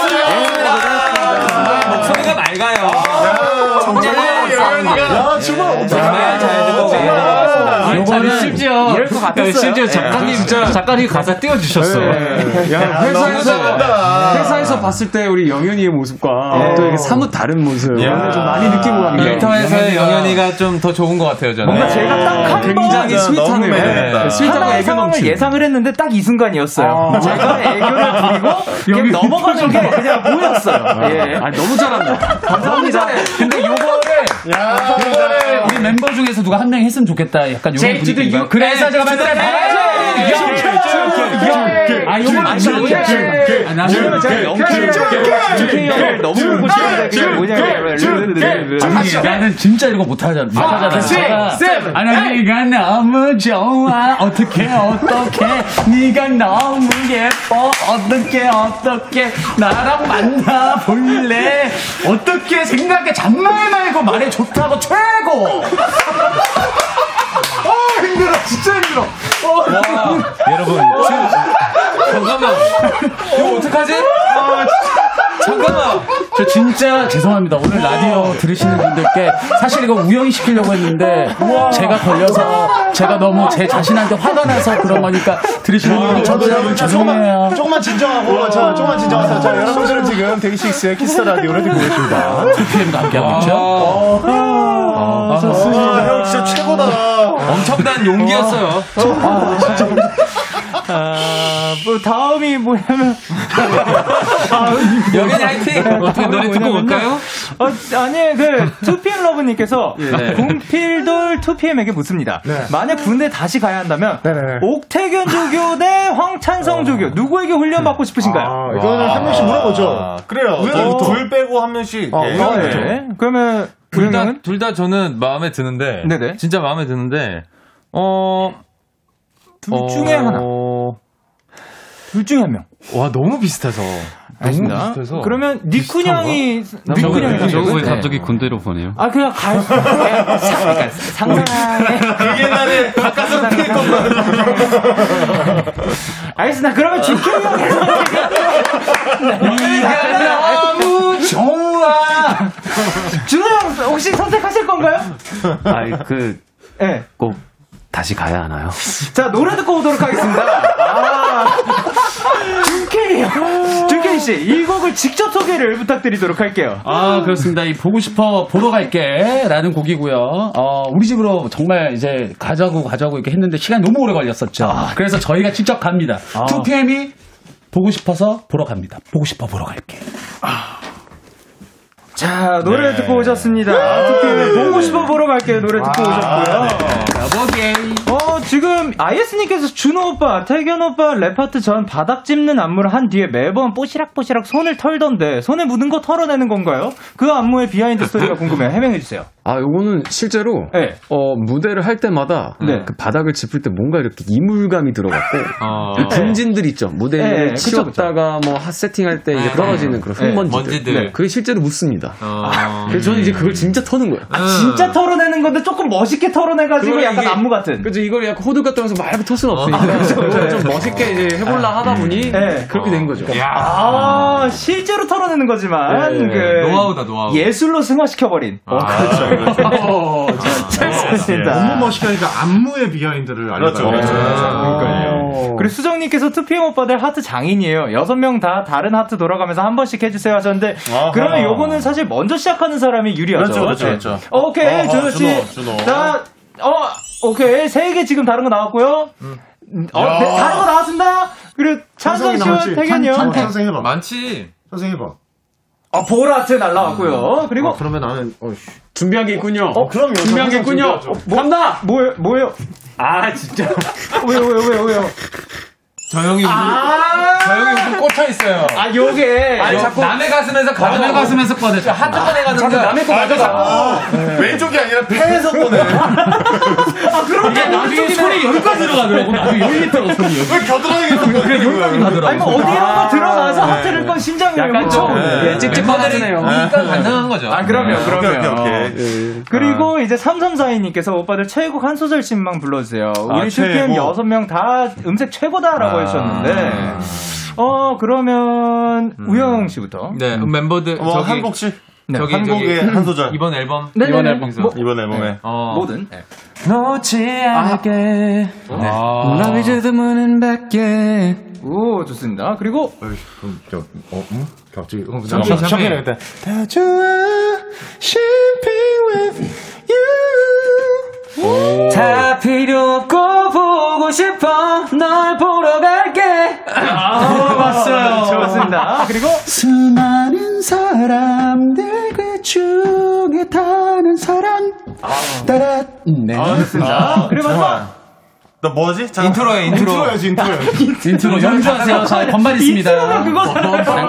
Speaker 21: 멋있습니다. 목소리가 맑아요. 정말
Speaker 12: 야, 정말 정말 잘 듣고
Speaker 4: 아, 요거는 심지어
Speaker 2: 이럴 것
Speaker 11: 네,
Speaker 2: 같았어요.
Speaker 4: 심지어
Speaker 2: 예,
Speaker 4: 작가님
Speaker 2: 진짜.
Speaker 4: 작가님 가사 띄워 주셨어.
Speaker 2: 예. 야, 너무 잘한다.
Speaker 4: 회사에서 봤을 때 우리 영현이의 모습과
Speaker 2: 예.
Speaker 4: 또 이게 사뭇 다른
Speaker 2: 네,
Speaker 4: 모습
Speaker 10: 네.
Speaker 21: 야.
Speaker 4: 오늘 좀 많이 느끼고 갑니다.
Speaker 11: 네.
Speaker 21: 일터에서의 영현이가 좀 더 좋은 것 같아요, 저는.
Speaker 2: 뭔가 제가 딱한 번.
Speaker 21: 굉장히 스윗하네요. 네.
Speaker 2: 하나의 상황을 예상을 했는데 딱 이 순간이었어요. 제가 애교를 부리고 그냥 넘어가는 게 그냥 보였어요. 예.
Speaker 11: 아, 너무 잘한다. 감사합니다. 근데 요거를, 요거를 우리 멤버 중에서 누가 한 명 했으면 좋겠다. 약간 요런
Speaker 4: 제이투
Speaker 11: 분위기인가요? 네, 그렇죠.
Speaker 4: 유-
Speaker 11: 그래서
Speaker 4: 에이,
Speaker 11: 제가
Speaker 4: 제이투
Speaker 11: 만든
Speaker 4: 에이,
Speaker 11: 영! 네, 아, 요거는
Speaker 2: 아,
Speaker 11: 진짜
Speaker 2: 진짜.
Speaker 11: 영! 아, 나
Speaker 2: 왜냐면 제가
Speaker 11: 영!
Speaker 2: 영케이 형을- 영케이 형을 너무 보고 싶은데 그냥 뭐냐면
Speaker 11: 아니, 나는 진짜 이런 거 네, 못하잖아. 못하잖아.
Speaker 2: six, seven,
Speaker 11: 아니, 아니, 네가 너무 좋아. 어떻게, 어떻게. 네가 너무 예뻐. 어떻게, 어떻게. 나랑 만나볼래. 어떻게 생각해. 잔말 말고 말해. 좋다고 최고. 아, 힘들어. 진짜 힘들어. 어,
Speaker 21: 여러분, 지금- 잠깐만. 이거 어떡하지? 아, 진짜. 잠깐만.
Speaker 11: 저 진짜 죄송합니다. 오늘 라디오 들으시는 분들께 사실 이거 우연히 시키려고 했는데 제가 걸려서 제가 너무 제 자신한테 화가 나서 그런 거니까 들으시는 분들 뭐, 저도 여러분 죄송해요.
Speaker 12: 조금만, 조금만 진정하고, 자, 조금만 진정하세요. 자, 여러분들은 지금 데이식스의 키스 라디오를 듣고 계십니다.
Speaker 11: PM과 함께하고 있죠.
Speaker 12: 아, 좋습니다. 형 진짜 최고다.
Speaker 11: 어.
Speaker 21: 엄청난 용기였어요.
Speaker 12: 아, 진짜.
Speaker 2: 아, 뭐 다음이 뭐냐면
Speaker 11: 여긴 화이팅! 어떻게 노래 듣고 올까요?
Speaker 2: 어, 아니 그 투피엠 러브님께서
Speaker 11: 네.
Speaker 2: 공필돌 투피엠에게 묻습니다. 만약 군대 다시 가야 한다면
Speaker 12: 네.
Speaker 2: 옥태견 조교 대 황찬성 조교 누구에게 훈련 받고
Speaker 12: 아,
Speaker 2: 싶으신가요?
Speaker 12: 이거는 한 명씩 물어보죠.
Speaker 10: 그래요.
Speaker 2: 왜?
Speaker 10: 둘,
Speaker 2: 어.
Speaker 10: 둘 빼고 한 명씩.
Speaker 2: 어,
Speaker 10: 예.
Speaker 2: 그러네. 그러면
Speaker 11: 둘 다 둘 다 저는 마음에 드는데 진짜 마음에 드는데 어둘
Speaker 2: 둘 중에 하나.
Speaker 12: 어,
Speaker 2: 둘 중에 한 명.
Speaker 11: 와 너무 비슷해서
Speaker 2: 알겠습니다. 그러면 니쿤 형이 니쿤 형이
Speaker 23: 저거 왜
Speaker 2: 네.
Speaker 23: 갑자기 군대로 보내요?
Speaker 2: 아 그냥 갈 그냥 사- 그러니까 상상하에
Speaker 10: 그게 나를 바깥으로 피할
Speaker 2: 알겠습니다. 그러면 지킴 형이
Speaker 24: 네가 너무 좋아.
Speaker 2: 준호 형 혹시 선택하실 건가요?
Speaker 23: 아이 그
Speaker 2: 예.
Speaker 23: 꼭 다시 가야 하나요?
Speaker 2: 자 노래 듣고 오도록 하겠습니다. 준케이 형, 준케이 씨 이 곡을 직접 소개를 부탁드리도록 할게요.
Speaker 25: 아 그렇습니다. 이 보고 싶어 보러 갈게라는 곡이고요. 어 우리 집으로 정말 이제 가자고 가자고 이렇게 했는데 시간이 너무 오래 걸렸었죠.
Speaker 26: 아.
Speaker 25: 그래서 저희가 직접 갑니다. 2PM이 보고 싶어서 보러 갑니다. 보고 싶어 보러 갈게.
Speaker 2: 자 노래
Speaker 25: 네.
Speaker 2: 듣고 오셨습니다. 투표를 보고 싶어 보러 갈게요. 노래 듣고 오셨고요. 어 지금 IS님께서 준호 오빠, 태견 오빠 랩파트 전 바닥 짚는 안무를 한 뒤에 매번 뽀시락뽀시락 손을 털던데 손에 묻은 거 털어내는 건가요? 그 안무의 비하인드 스토리가 궁금해요. 해명해 주세요. 네.
Speaker 26: 아, 요거는 실제로
Speaker 25: 네.
Speaker 26: 어 무대를 할 때마다 그 바닥을 짚을 때 뭔가 이렇게 이물감이 들어갔고
Speaker 25: 아.
Speaker 26: 그 분진들 있죠 무대
Speaker 11: 네,
Speaker 26: 를
Speaker 11: 그쵸,
Speaker 26: 치웠다가 뭐 핫세팅할 때 이제
Speaker 11: 네,
Speaker 26: 떨어지는
Speaker 11: 네.
Speaker 26: 그런
Speaker 11: 네,
Speaker 26: 흙먼지들 음.
Speaker 11: 먼지들.
Speaker 26: 네, 그게 실제로 묻습니다.
Speaker 11: 아,
Speaker 26: 그래서 저는 이제 그걸 진짜 터는 거예요.
Speaker 11: 음.
Speaker 2: 아, 진짜 털어내는 건데 조금 멋있게 털어내가지고 약간 안무 같은.
Speaker 26: 그죠 이걸 약간 호들 같은 면서 막 이렇게 털 수는 없으니까
Speaker 2: 아, 그죠.
Speaker 26: 그래서
Speaker 2: 네.
Speaker 26: 좀 멋있게 이제 해볼라 하다 보니 그렇게 된 거죠.
Speaker 2: 아, 실제로 털어내는
Speaker 26: 예,
Speaker 2: 거지만
Speaker 26: 예.
Speaker 2: 그
Speaker 11: 네. 노하우다, 노하우.
Speaker 2: 예술로 승화시켜버린.
Speaker 11: 아,
Speaker 12: 그렇죠.
Speaker 2: 잘했습니다.
Speaker 12: 너무 멋있게 하니까 안무의 비하인드를
Speaker 10: 그렇죠,
Speaker 12: 알려줘요.
Speaker 2: 그리고 수정님께서 2PM 오빠들 하트 장인이에요. 여섯 명 다 다른 하트 돌아가면서 한 번씩 해주세요 하셨는데,
Speaker 10: 아하.
Speaker 2: 그러면 요거는 사실 먼저 시작하는 사람이 유리하죠.
Speaker 10: 그렇죠, 그렇죠,
Speaker 2: 네.
Speaker 10: 그렇죠.
Speaker 2: 오케이,
Speaker 10: 어허,
Speaker 2: 준호씨.
Speaker 10: 준호, 준호.
Speaker 2: 나, 어, 오케이. 세 개 지금 다른 거 나왔고요. 어,
Speaker 10: 야.
Speaker 2: 네, 다른 거 나왔습니다. 그리고 찬성
Speaker 12: 찬성이
Speaker 2: 씨와
Speaker 12: 나왔지?
Speaker 2: 태견이요. 네.
Speaker 12: 찬- 찬- 찬성 해봐.
Speaker 11: 많지.
Speaker 12: 선생 해봐.
Speaker 2: 아, 보라트 날라왔고요. 그리고.
Speaker 12: 그러면 나는 어, 씨.
Speaker 26: 준비한 게 있군요.
Speaker 2: 어, 그럼요.
Speaker 12: 준비한 게 있군요.
Speaker 2: 간다! 뭐예요, 뭐예요? 아, 진짜. 왜요, 왜요, 왜요, 왜요?
Speaker 11: 저 형이
Speaker 2: 아~
Speaker 11: 저 형이 웃음 꽂혀 있어요.
Speaker 2: 아, 요게.
Speaker 11: 아니, 자꾸 남의 가슴에서 꺼내.
Speaker 2: 남의 가슴에서
Speaker 11: 꺼내. 하트 꺼내가는
Speaker 2: 자꾸 남의 거
Speaker 11: 아,
Speaker 2: 맞아.
Speaker 11: 자꾸 왼쪽이 아니라 폐에서 꺼내.
Speaker 2: 아, 그럼
Speaker 11: 이게 나중에 손에
Speaker 25: 여기까지 들어가더라고. 나중에 여기 들어가, 손이 여기.
Speaker 2: 왜 겨드랑이가 들어가?
Speaker 25: 그래, 여기까지 가더라고.
Speaker 2: 아니, 뭐 어디라도 들어가서 하트를 건 심장을
Speaker 25: 약간 좀,
Speaker 2: 묻혀.
Speaker 25: 예, 찝찝하네요.
Speaker 2: 일단
Speaker 11: 가능한 거죠.
Speaker 2: 아, 그럼요,
Speaker 11: 네.
Speaker 2: 그럼요.
Speaker 11: 오케이,
Speaker 10: 어.
Speaker 11: 오케이,
Speaker 2: 그리고 이제 3342님께서 오빠들 최애곡 한 소절씩만 불러주세요.
Speaker 11: 아,
Speaker 2: 우리 2PM
Speaker 11: 최애곡.
Speaker 2: 여섯 명 다 음색 최고다라고
Speaker 11: 아.
Speaker 2: 하셨는데. 어, 그러면 우영 씨부터.
Speaker 11: 네, 멤버들
Speaker 10: 어,
Speaker 2: 뭐,
Speaker 11: 저기
Speaker 2: 한 곡씩?
Speaker 11: 네, 저기
Speaker 2: 한
Speaker 11: 저기
Speaker 2: 곡에 한 소절.
Speaker 11: 이번 앨범
Speaker 2: 네네네.
Speaker 11: 이번
Speaker 2: 뭐,
Speaker 11: 앨범에서
Speaker 10: 이번 앨범에
Speaker 11: 어.
Speaker 2: 뭐든.
Speaker 4: 놓지 않을게
Speaker 25: 네.
Speaker 11: 아.
Speaker 4: Love you to the moon and back yeah
Speaker 2: 오, 좋습니다. 그리고
Speaker 12: 저, 어, 음? 갑자기 어,
Speaker 4: 잠깐만,
Speaker 12: 잠깐만.
Speaker 4: 잠깐만.
Speaker 12: 잠깐만. 일단.
Speaker 4: 다 좋아 Shipping with you 다 필요 없고 보고 싶어 널 보러 갈게 아,
Speaker 2: 아, 봤어요. 좋았습니다. 그리고
Speaker 4: 수많은 사람들 그 중에 다른 사람 따라 네
Speaker 10: 아, 좋습니다.
Speaker 4: 그리고
Speaker 10: 잠깐만. 나 뭐지? 잠깐.
Speaker 4: 인트로예요, 인트로.
Speaker 10: 인트로야지, 인트로야.
Speaker 4: 인트로 연주하세요. 자, 건반 있습니다.
Speaker 2: 인트로가
Speaker 11: 어,
Speaker 2: 그거잖아요.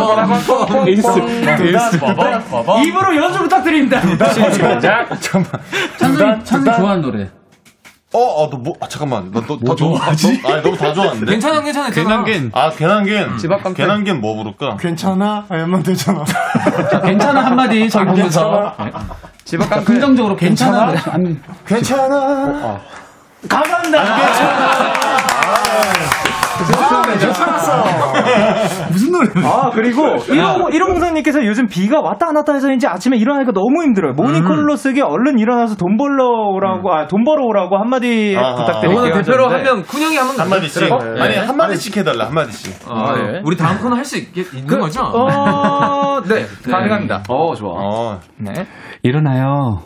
Speaker 4: 에이스. 에이스.
Speaker 2: 입으로 연주 부탁드립니다.
Speaker 10: 시작. 잠깐만.
Speaker 25: 찬성이, 찬성이 좋아하는
Speaker 10: 노래. 어, 어, 너 뭐, 아, 잠깐만. 나, 너, 다 좋아하지? 아니, 너무 다 좋아하는데.
Speaker 11: 괜찮아, 괜찮아, 괜찮아. 괜한
Speaker 10: 아, 괜한겐. 괜한겐 뭐 부를까?
Speaker 12: 괜찮아? 알면 되잖아.
Speaker 25: 괜찮아 한마디 저기 보면서
Speaker 10: 집앞
Speaker 25: 긍정적으로 괜찮아.
Speaker 12: 괜찮아.
Speaker 2: 가만다. 아, 네.
Speaker 4: 무슨 노래?
Speaker 2: 아, 그리고 1504님께서 요즘 비가 왔다 안 왔다 해서인지 아침에 일어나니까 너무 힘들어요. 모닝콜로 쓰게 얼른 일어나서 돈 벌러 오라고, 아, 돈 벌어 오라고 한마디
Speaker 10: 아하.
Speaker 2: 부탁드릴게요.
Speaker 10: 이거는 대표로
Speaker 2: 하셨는데.
Speaker 10: 하면
Speaker 11: 쿤형이 한번
Speaker 10: 한마디씩.
Speaker 11: 어?
Speaker 12: 네.
Speaker 10: 아니, 한마디씩 해달라, 한마디씩.
Speaker 11: 아,
Speaker 10: 네.
Speaker 11: 우리 다음 코너 할 수 있는 거죠?
Speaker 2: 어, 네, 그, 가능합니다.
Speaker 11: 어, 좋아.
Speaker 2: 네.
Speaker 25: 일어나요.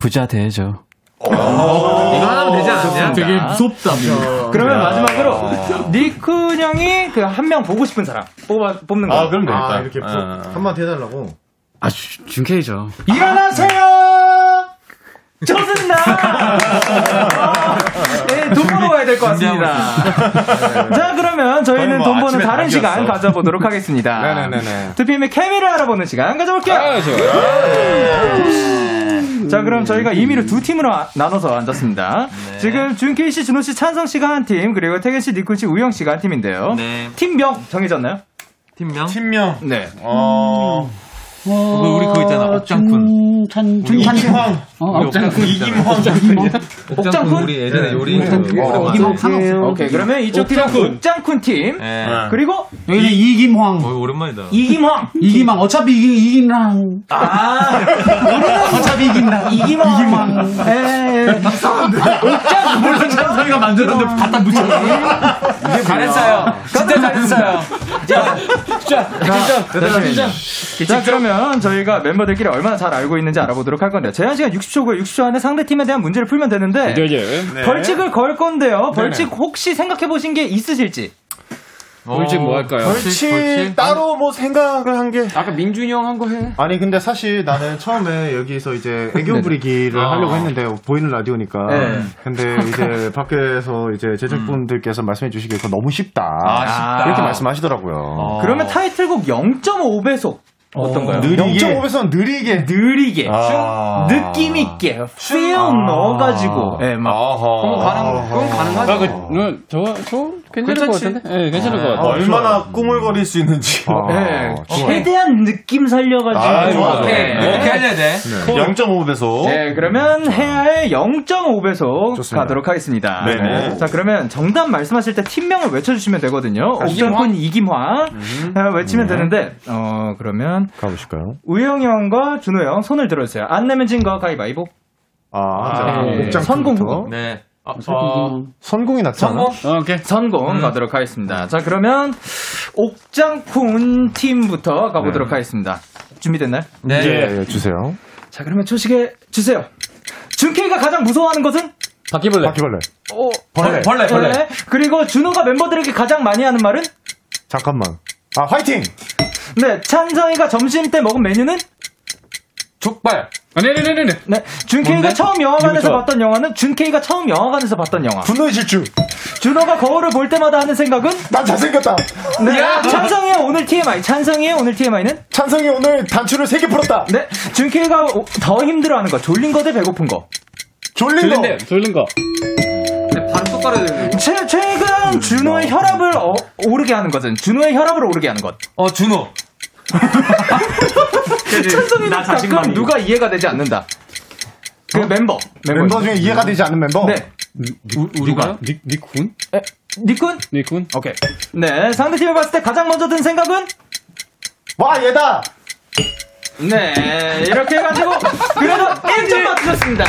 Speaker 25: 부자 돼야죠.
Speaker 11: 이거 하나면 네, 되지 않냐?
Speaker 2: 그렇습니다. 아,
Speaker 4: 되게 무섭다. 뭔가.
Speaker 2: 그러면
Speaker 4: 야.
Speaker 2: 마지막으로 니크 형이 그 한 명 보고 싶은 사람 뽑아 뽑는 거.
Speaker 12: 아, 그럼 되겠다. 아, 이렇게
Speaker 2: 아.
Speaker 10: 어.
Speaker 12: 한마디 해달라고.
Speaker 27: 아, 주- 준케이죠.
Speaker 2: 일어나세요. 저승다. 네, 돈 벌어 가야 될 것 같습니다. 자, 그러면 저희는
Speaker 28: 거의 뭐
Speaker 2: 돈 버는
Speaker 28: 아침에
Speaker 2: 다른
Speaker 28: 닭이었어.
Speaker 2: 시간 가져보도록 하겠습니다.
Speaker 28: 네네네네.
Speaker 2: 두피엠의 케미를 알아보는 시간 가져볼게요. 자, 그럼 저희가 임의로 두 팀으로 아- 나눠서 앉았습니다. 지금 준케이 씨, 준호 씨, 찬성 씨가 한 팀, 그리고 태근 씨, 니쿤 씨, 우영 씨가 한 팀인데요.
Speaker 25: 네.
Speaker 2: 팀명 정해졌나요?
Speaker 11: 어? 팀명?
Speaker 10: 팀명.
Speaker 2: 네.
Speaker 10: 어.
Speaker 11: 뭐 우리 그거 있잖아,
Speaker 2: 업장쿤. 찬,
Speaker 11: 우리
Speaker 2: 찬-
Speaker 11: 이김황.
Speaker 2: 어,
Speaker 11: 우리
Speaker 2: 업장쿤.
Speaker 11: 업장쿤 있잖아. 옥장쿤? 우리 예전에 요리 어, 뭐, 오랜만에.
Speaker 2: 뭐, 이김황. 오케이, 그러면 이쪽 팀은
Speaker 11: 옥장쿤.
Speaker 2: 옥장쿤 팀.
Speaker 11: 네.
Speaker 2: 그리고
Speaker 4: 여기는 이김황.
Speaker 12: 어,
Speaker 11: 오랜만이다.
Speaker 2: 이김황.
Speaker 4: 이김황. 어차피 이기, 이긴랑.
Speaker 12: 아.
Speaker 4: 어차피 이긴다.
Speaker 2: 이김황.
Speaker 4: 이김황.
Speaker 2: 이상한데.
Speaker 4: 몰라, 저희가 만들었는데 갖다 붙였어.
Speaker 11: 잘했어요. 진짜 잘했어요.
Speaker 2: 자,
Speaker 11: 잠시만요.
Speaker 2: 자, 그러면 저희가 멤버들끼리 얼마나 잘 알고 있는지 알아보도록 할 건데요. 제한 시간 60초고요. 60초 안에 상대 팀에 대한 문제를 풀면 되는데
Speaker 27: 네, 네. 네.
Speaker 2: 벌칙을 걸 건데요. 벌칙
Speaker 27: 네네.
Speaker 2: 혹시 생각해 보신 게 있으실지. 어.
Speaker 27: 벌칙 뭐 할까요?
Speaker 12: 벌칙, 따로 뭐 생각을 한 게. 아까 민준이 형 한 거 해. 아니 근데 사실 나는 네, 처음에 여기서 이제 애교
Speaker 10: 네네.
Speaker 12: 부리기를
Speaker 10: 아.
Speaker 12: 하려고 했는데 보이는 라디오니까.
Speaker 10: 네.
Speaker 12: 근데 이제 밖에서 이제 제작분들께서 말씀해 주시길 그거 너무 쉽다.
Speaker 10: 아, 쉽다.
Speaker 12: 이렇게 말씀하시더라고요.
Speaker 2: 그러면 타이틀곡 0.5배속 어떤가요?
Speaker 12: 느리게.
Speaker 2: 0.5배속
Speaker 12: 느리게.
Speaker 2: 느리게.
Speaker 10: 아.
Speaker 2: 쭉 느낌 있게. feel 넣어가지고. 예, 막.
Speaker 10: 그건 가능- 그건 가능하죠. 아, 그-
Speaker 27: 저, 저 괜찮을 것
Speaker 2: 괜찮지?
Speaker 4: 네.
Speaker 27: 같은데? 예, 괜찮을 것
Speaker 10: 아,
Speaker 27: 같아요.
Speaker 10: 얼마나 꾸물거릴 수 있는지. 어,
Speaker 2: 예, 최대한 느낌 살려가지고.
Speaker 10: 아, 좋아.
Speaker 2: 오케이. 네.
Speaker 10: 네. 0.5배속.
Speaker 2: 네, 그러면 해야의 0.5배속 가도록 하겠습니다.
Speaker 10: 네네.
Speaker 2: 자, 그러면 정답 말씀하실 때 팀명을 외쳐주시면 되거든요. 옥정훈 이김화 아, 외치면
Speaker 28: 네.
Speaker 2: 되는데, 어, 그러면
Speaker 29: 가보실까요?
Speaker 2: 우영이 형과 준호 형 손을 들어주세요. 안 내면 진 거 가위바위보.
Speaker 12: 아, 옥장
Speaker 2: 선공
Speaker 12: 부터.
Speaker 2: 후보.
Speaker 11: 네.
Speaker 12: 선공이 낫지 않아?
Speaker 2: 성공? 오케이. 성공
Speaker 12: 음.
Speaker 2: 가도록 하겠습니다. 자, 그러면 옥장쿤 팀부터
Speaker 12: 네.
Speaker 2: 가보도록 하겠습니다. 준비됐나요?
Speaker 11: 네.
Speaker 12: 예, 예, 주세요.
Speaker 2: 자, 그러면 초식에 주세요. 준케이가 가장 무서워하는 것은?
Speaker 11: 네.
Speaker 27: 바퀴벌레.
Speaker 12: 바퀴벌레.
Speaker 2: 어,
Speaker 12: 벌레. 벌레, 벌레.
Speaker 2: 그리고 준호가 멤버들에게 가장 많이 하는 말은?
Speaker 12: 잠깐만. 아, 화이팅!
Speaker 2: 네, 찬성이가 점심 때 먹은 메뉴는?
Speaker 11: 족발.
Speaker 27: 네네네네.
Speaker 2: 네, 준케이가
Speaker 11: 뭔데?
Speaker 2: 처음 영화관에서
Speaker 11: 이거 좋아.
Speaker 2: 봤던 영화는? 준케이가 처음 영화관에서 봤던 영화.
Speaker 12: 분노의 질주.
Speaker 2: 준호가 거울을 볼 때마다 하는 생각은?
Speaker 12: 난 잘생겼다.
Speaker 2: 네,
Speaker 12: 야!
Speaker 2: 찬성이의 오늘 TMI. 찬성이의 오늘 TMI는?
Speaker 12: 찬성이 오늘 단추를 3개 풀었다.
Speaker 2: 네, 준케이가 오- 더 힘들어하는 거. 졸린 거 대 배고픈 거.
Speaker 12: 졸린 네,
Speaker 11: 어,
Speaker 27: 졸린
Speaker 12: 거.
Speaker 27: 졸린 거.
Speaker 2: 바로 똑바로 해야 최,
Speaker 12: 음,
Speaker 2: 최근 준호의
Speaker 12: 뭐.
Speaker 2: 혈압을 어- 오르게 하는 것은? 준호의 혈압을 오르게 하는 것.
Speaker 11: 어, 준호.
Speaker 2: 찬성이는 가끔 누가 이해가 되지 않는다. 그 멤버.
Speaker 12: 멤버, 중에 이해가 되지 않는 멤버?
Speaker 2: 네.
Speaker 27: 우리가? 니, 니쿤?
Speaker 2: 니쿤?
Speaker 27: 니쿤?
Speaker 2: 오케이. 네, 상대팀을 봤을 때 가장 먼저 든 생각은?
Speaker 12: 와, 얘다!
Speaker 2: 네, 이렇게 해가지고, 그래도 1점 맞추셨습니다.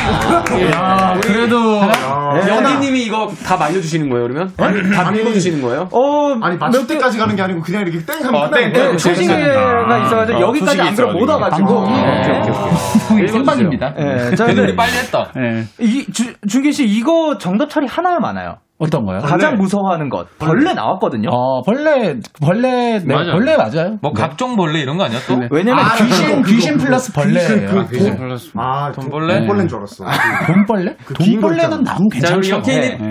Speaker 2: 네.
Speaker 30: 야,
Speaker 11: 아,
Speaker 30: 그래도
Speaker 12: 아. 예?
Speaker 11: 연희님이 이거 다 말려주시는 거예요, 그러면? 다 읽어주시는 거예요?
Speaker 2: 어,
Speaker 12: 아니, 맞출 때까지 가는 게 아니고 그냥 이렇게 땡 하면
Speaker 11: 어,
Speaker 12: 끝나는
Speaker 11: 땡, 땡.
Speaker 12: 거예요.
Speaker 2: 초식이가 있어가지고
Speaker 12: 어,
Speaker 2: 여기까지
Speaker 12: 초식이
Speaker 2: 안 들어 못
Speaker 12: 있어가지고.
Speaker 2: 와가지고.
Speaker 12: 아, 오케이, 오케이,
Speaker 2: 생방입니다. 예, 자,
Speaker 11: 네, 근데
Speaker 2: 근데
Speaker 11: 우리 빨리 했다.
Speaker 2: 이, 주, 준기 씨, 이거 정답 처리 하나요, 많아요?
Speaker 4: 어떤 거요?
Speaker 2: 가장 무서워하는 것. 벌레 나왔거든요.
Speaker 4: 어, 벌레, 벌레, 네,
Speaker 11: 맞아요.
Speaker 4: 벌레 맞아요.
Speaker 11: 뭐 각종 벌레 이런 거 아니야
Speaker 2: 네.
Speaker 11: 또?
Speaker 4: 왜냐면 아, 귀신, 그거, 그거, 귀신 그거. 플러스 벌레예요. 귀신 그- 아, 귀신
Speaker 12: 플러스. 아,
Speaker 2: 네.
Speaker 11: 돈벌레?
Speaker 12: 돈벌레인 아, 줄 알았어.
Speaker 4: 돈벌레? 돈벌레는 나무 괜찮죠.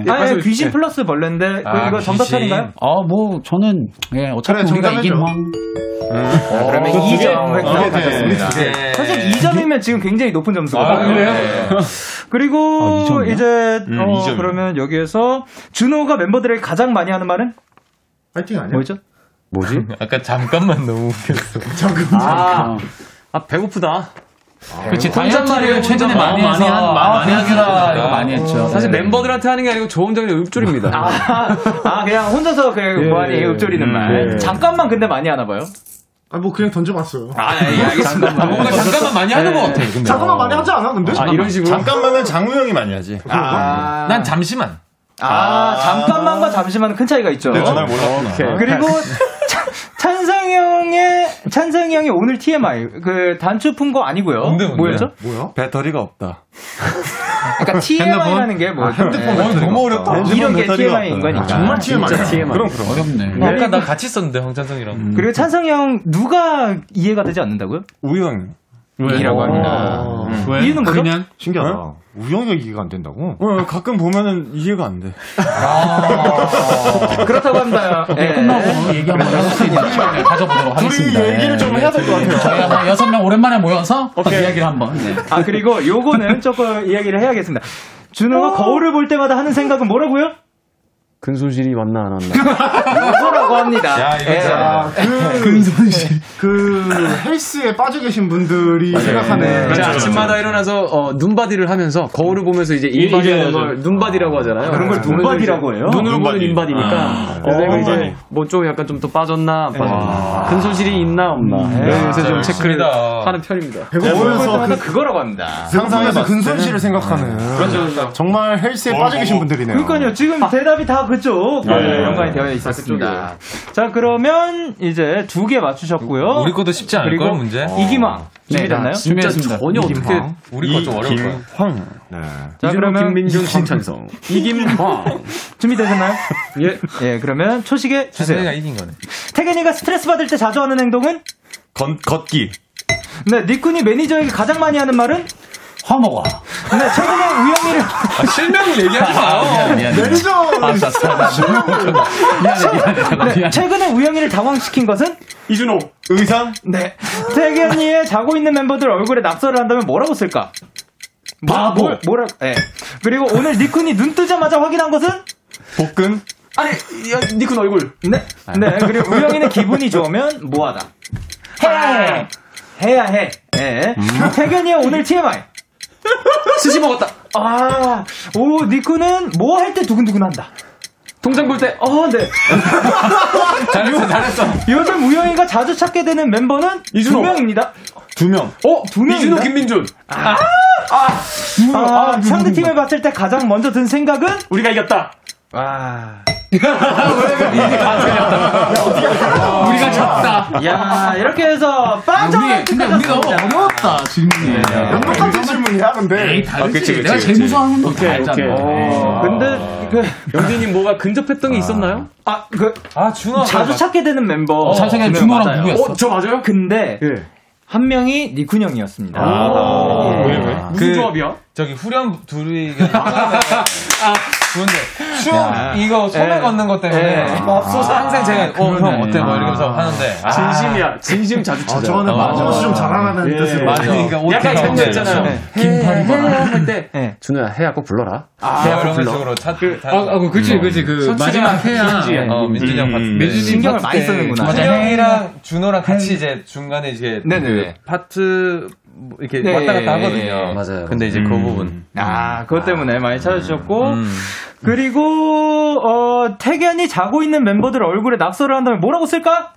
Speaker 2: 아, 아니, 귀신 플러스 벌레인데,
Speaker 4: 아,
Speaker 2: 이거 정답
Speaker 4: 귀신.
Speaker 2: 처리인가요?
Speaker 4: 아, 뭐 저는 예, 어차피
Speaker 2: 그래,
Speaker 4: 우리가
Speaker 2: 정답이죠.
Speaker 4: 이긴 황.
Speaker 2: 자, 그러면
Speaker 4: 어,
Speaker 2: 2점
Speaker 4: 네. 네.
Speaker 2: 획득하셨습니다.
Speaker 4: 네.
Speaker 2: 사실 2점이면 지금 굉장히 높은 점수거든요.
Speaker 4: 아, 그래요?
Speaker 2: 네. 그리고 아, 이제
Speaker 4: 음,
Speaker 2: 어,
Speaker 4: 이 점이요.
Speaker 2: 그러면 여기에서 준호가 멤버들에게 가장 많이 하는 말은?
Speaker 12: 파이팅 아니야?
Speaker 2: 뭐죠?
Speaker 11: 뭐지? 아까 잠깐만 너무 웃겼어.
Speaker 12: 잠깐만.
Speaker 11: 아, 아 배고프다.
Speaker 2: 아,
Speaker 4: 그렇지,
Speaker 11: 혼잣말을
Speaker 4: 다이어트를
Speaker 11: 최근에
Speaker 4: 어,
Speaker 11: 많이
Speaker 4: 많이
Speaker 11: 해서
Speaker 4: 한-
Speaker 11: 많이
Speaker 4: 아,
Speaker 11: 하더라.
Speaker 4: 그렇구나. 이거 많이 했죠.
Speaker 11: 사실
Speaker 4: 네.
Speaker 11: 멤버들한테 하는 게 아니고 저 혼자 그냥 읊조립니다.
Speaker 2: 아, 아, 그냥 혼자서 그냥
Speaker 11: 예,
Speaker 2: 뭐하니
Speaker 11: 예.
Speaker 2: 읊조리는 말.
Speaker 11: 예.
Speaker 2: 잠깐만 근데 많이 하나 봐요.
Speaker 12: 아, 뭐 그냥 던져봤어요.
Speaker 2: 아, 예, 알겠습니다.
Speaker 11: 뭔가 잠깐만 많이 하는
Speaker 2: 네.
Speaker 11: 것 같아. 근데.
Speaker 12: 잠깐만 많이 하지 않아, 근데?
Speaker 11: 잠깐만은 장우 형이 많이 하지.
Speaker 2: 아.
Speaker 11: 난 잠시만.
Speaker 2: 아, 잠깐만과 잠시만은 큰 차이가 있죠.
Speaker 10: 네,
Speaker 11: 내가 전화를 몰랐구나.
Speaker 2: 오케이. 아, 그리고 찬성 형의 찬성 형이 오늘 TMI 그 단추 푼 거 아니고요. 뭐였죠?
Speaker 11: 뭐야? 배터리가 없다.
Speaker 2: 그러니까 TMI라는 게 뭐죠? 네.
Speaker 11: 너무 어렵다.
Speaker 2: 이런 게 TMI인 거니까.
Speaker 11: 그럼 뭐? 그럼 아까 나 같이 썼는데 황찬성이랑.
Speaker 2: 네. 그리고 찬성이 형 누가 이해가 되지 않는다고요?
Speaker 10: 우영
Speaker 2: 이라고 합니다. 음.
Speaker 11: 네.
Speaker 10: 왜?
Speaker 2: 이유는 뭐죠?
Speaker 10: 그냥?
Speaker 2: 신기하다.
Speaker 10: 우영이가 이해가 안 된다고? 네? 어, 가끔 보면은 이해가 안 돼.
Speaker 2: 어. 그렇다고 합니다.
Speaker 4: 네, 끝나고 얘기 한번 해볼 수 있는 시간을 네, 가져보도록 하겠습니다. 네.
Speaker 2: 얘기를 좀 해야 될것 같아요.
Speaker 12: 네.
Speaker 4: 저희 한 여섯 명 오랜만에 모여서 또 이야기를 한번. 네.
Speaker 2: 아 그리고 요거는 조금 이야기를 해야겠습니다.
Speaker 11: 어.
Speaker 2: 준호가 거울을 볼 때마다 하는 생각은 뭐라고요?
Speaker 31: 근손실이 왔나 안 왔나.
Speaker 2: 요거라고 합니다.
Speaker 31: 야, 이거
Speaker 2: 예.
Speaker 31: 자,
Speaker 12: 근손실. 그 헬스에 빠져 계신 분들이
Speaker 2: 네.
Speaker 12: 생각하는
Speaker 11: 네. 그렇죠, 그래서 아침마다 일어나서 어, 눈바디를 하면서 거울을 보면서 이제 인바디라는 걸 눈바디라고 하잖아요.
Speaker 2: 그런 걸
Speaker 11: 그래서
Speaker 2: 눈바디라고
Speaker 11: 보면서 이제
Speaker 2: 해요?
Speaker 11: 눈으로 보는
Speaker 2: 눈바디.
Speaker 11: 인바디니까.
Speaker 2: 아.
Speaker 11: 그래서 이거
Speaker 2: 어,
Speaker 11: 이제
Speaker 2: 눈바디.
Speaker 11: 뭐좀 약간 좀 더 빠졌나 안
Speaker 10: 아.
Speaker 11: 빠졌나. 큰 손실이 있나 없나.
Speaker 2: 아, 뭐. 음.
Speaker 11: 그래서 좀
Speaker 2: 아,
Speaker 11: 체크를
Speaker 2: 좋습니다.
Speaker 11: 하는
Speaker 2: 네.
Speaker 11: 편입니다.
Speaker 12: 배고 보면서 그-
Speaker 2: 그거라고 합니다.
Speaker 12: 상상해서
Speaker 2: 네.
Speaker 12: 근손실을 생각하는 정말 헬스에 빠져 계신 분들이네요.
Speaker 2: 그러니까요. 지금 대답이 다 그쪽
Speaker 12: 네.
Speaker 2: 네, 연관이 되어 있었습니다. 자 그러면 이제 두 개 맞추셨고요.
Speaker 11: 우리 것도 쉽지 않을걸,
Speaker 2: 그리고
Speaker 11: 문제?
Speaker 2: 이기망 준비됐나요?
Speaker 11: 진짜 전혀 어떻게 우리 거좀 어려울 거야.
Speaker 10: 김황. 네.
Speaker 2: 자 그러면
Speaker 11: 김민준 황찬성.
Speaker 2: 이김황 준비되셨나요?
Speaker 11: 예.
Speaker 2: 예 그러면 초식에 주세요.
Speaker 11: 찬성이가 이긴 거네.
Speaker 2: 태균이가 스트레스 받을 때 자주 하는 행동은?
Speaker 10: 건, 걷기.
Speaker 2: 네, 니쿤이 매니저에게 가장 많이 하는 말은?
Speaker 4: 화먹어.
Speaker 2: 네, 최근에 우영이를.
Speaker 11: 아, 실명을 얘기하지 마.
Speaker 2: 아, 미안, 미안.
Speaker 11: 매니저.
Speaker 2: 아, 나 사다.
Speaker 11: 미안해,
Speaker 2: 네, 최근에 우영이를 당황시킨 것은?
Speaker 10: 이준호. 의상?
Speaker 2: 네. 태균이의 자고 있는 멤버들 얼굴에 낙서를 한다면 뭐라고 쓸까? 뭐-
Speaker 10: 바보.
Speaker 2: 뭘- 뭐라, 예. 그리고 오늘 니쿤이 눈 뜨자마자 확인한 것은?
Speaker 10: 복근?
Speaker 2: 아니, 야, 니쿤 얼굴. 네.
Speaker 11: 아.
Speaker 2: 네, 그리고 우영이는 기분이 좋으면 뭐하다? 해야 해. 해야 해. 예.
Speaker 11: 음.
Speaker 2: 태균이의 오늘 TMI. 스시 먹었다. 아, 오, 니쿤은 뭐 할 때 두근두근 한다.
Speaker 11: 통장 볼 때,
Speaker 2: 어, 네.
Speaker 11: 잘했어, 잘했어.
Speaker 2: 요즘 우영이가 자주 찾게 되는 멤버는
Speaker 11: 이준호.
Speaker 2: 두 명입니다.
Speaker 10: 두 명.
Speaker 11: 어,
Speaker 2: 두 명이다?
Speaker 11: 이준호, 김민준.
Speaker 2: 아, 아, 아, 상대팀을 봤을 때 가장 먼저 든 생각은?
Speaker 11: 우리가 이겼다.
Speaker 2: 와.
Speaker 4: 우리가 졌다. 아,
Speaker 2: 야, 이렇게 해서 빠져.
Speaker 4: 우리, 근데 우리 너무 어려웠다, 질문이.
Speaker 12: 야, 똑같은 질문이야, 근데.
Speaker 4: 에이,
Speaker 11: 아,
Speaker 4: 다르지. 내가 제일 무서워하는 거 다 알잖아. 어.
Speaker 2: 근데 그
Speaker 11: 영진님 뭐가 근접했던 게 있었나요?
Speaker 2: 아, 그,
Speaker 11: 아, 준호.
Speaker 2: 자주 찾게 되는 멤버.
Speaker 11: 어, 자주 찾게 되는
Speaker 2: 두 명
Speaker 11: 준호랑
Speaker 2: 맞아요.
Speaker 11: 누구였어?
Speaker 2: 어, 저 맞아요? 근데 한 명이 니쿤 형이었습니다.
Speaker 11: 아.
Speaker 10: 아,
Speaker 2: 예.
Speaker 11: 무슨 조합이야? 저기 후렴 둘이 아, 좋은데 춤
Speaker 2: 야.
Speaker 11: 이거 손에
Speaker 2: 예.
Speaker 11: 걷는 것 때문에
Speaker 2: 예.
Speaker 11: 맙소사 아, 항상 제가 어 형 어때 뭐 이러면서 하는데 아.
Speaker 12: 진심이야.
Speaker 11: 진심 자주
Speaker 12: 찾아요. 저거는 마지막으로 좀 자랑하는 뜻으로.
Speaker 11: 맞아
Speaker 12: 그러니까
Speaker 11: 약간
Speaker 12: 어깨가
Speaker 11: 그런 거 있잖아요
Speaker 12: 네.
Speaker 11: 김팔이가 할때 준우야 해야 꼭 불러라
Speaker 32: 아,
Speaker 11: 해야
Speaker 32: 그런
Speaker 11: 꼭 불러
Speaker 32: 식으로 찾- 다- 음. 선수랑 민지. 어, 민준이 형 봤을 때. 신경을
Speaker 2: 네.
Speaker 32: 많이 쓰는구나.
Speaker 11: 맞아
Speaker 32: 맞아.
Speaker 11: 해이랑 준호랑 같이 이제 중간에 이제
Speaker 32: 네네.
Speaker 11: 그 파트 뭐 이렇게
Speaker 2: 네,
Speaker 11: 왔다 갔다
Speaker 2: 예,
Speaker 11: 하거든요
Speaker 2: 예, 예.
Speaker 11: 맞아요 근데 이제
Speaker 10: 음.
Speaker 11: 그 부분
Speaker 2: 아, 그것 때문에 많이 찾아주셨고. 그리고, 어, 태견이 자고 있는 멤버들 얼굴에 낙서를 한다면 뭐라고 쓸까?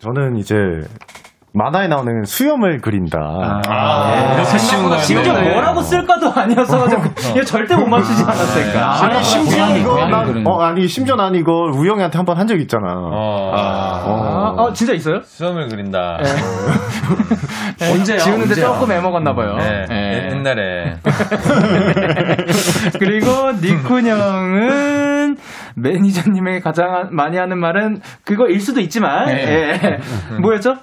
Speaker 33: 저는 이제 만화에 나오는 수염을 그린다.
Speaker 11: 아.
Speaker 10: 네.
Speaker 2: 예. 심지어 뭐라고 쓸까도 네. 아니어서 이거 절대 못 맞추지 않았을까.
Speaker 12: 아니, 심지어
Speaker 2: 고양이,
Speaker 12: 이거,
Speaker 2: 고양이
Speaker 12: 난,
Speaker 2: 그러는
Speaker 12: 어, 아니, 심지어 난 이걸 우영이한테 한 번 한 적 있잖아.
Speaker 10: 어.
Speaker 12: 어.
Speaker 2: 아, 진짜 있어요?
Speaker 11: 수염을 그린다
Speaker 2: 예,
Speaker 11: 언제야,
Speaker 2: 지우는데
Speaker 11: 언제야?
Speaker 2: 조금 애먹었나봐요.
Speaker 11: 네, 옛날에
Speaker 2: 그리고 니쿤 형은 매니저님에게 가장 하- 많이 하는 말은 그거일 수도 있지만,
Speaker 32: 네.
Speaker 2: 예. 뭐였죠?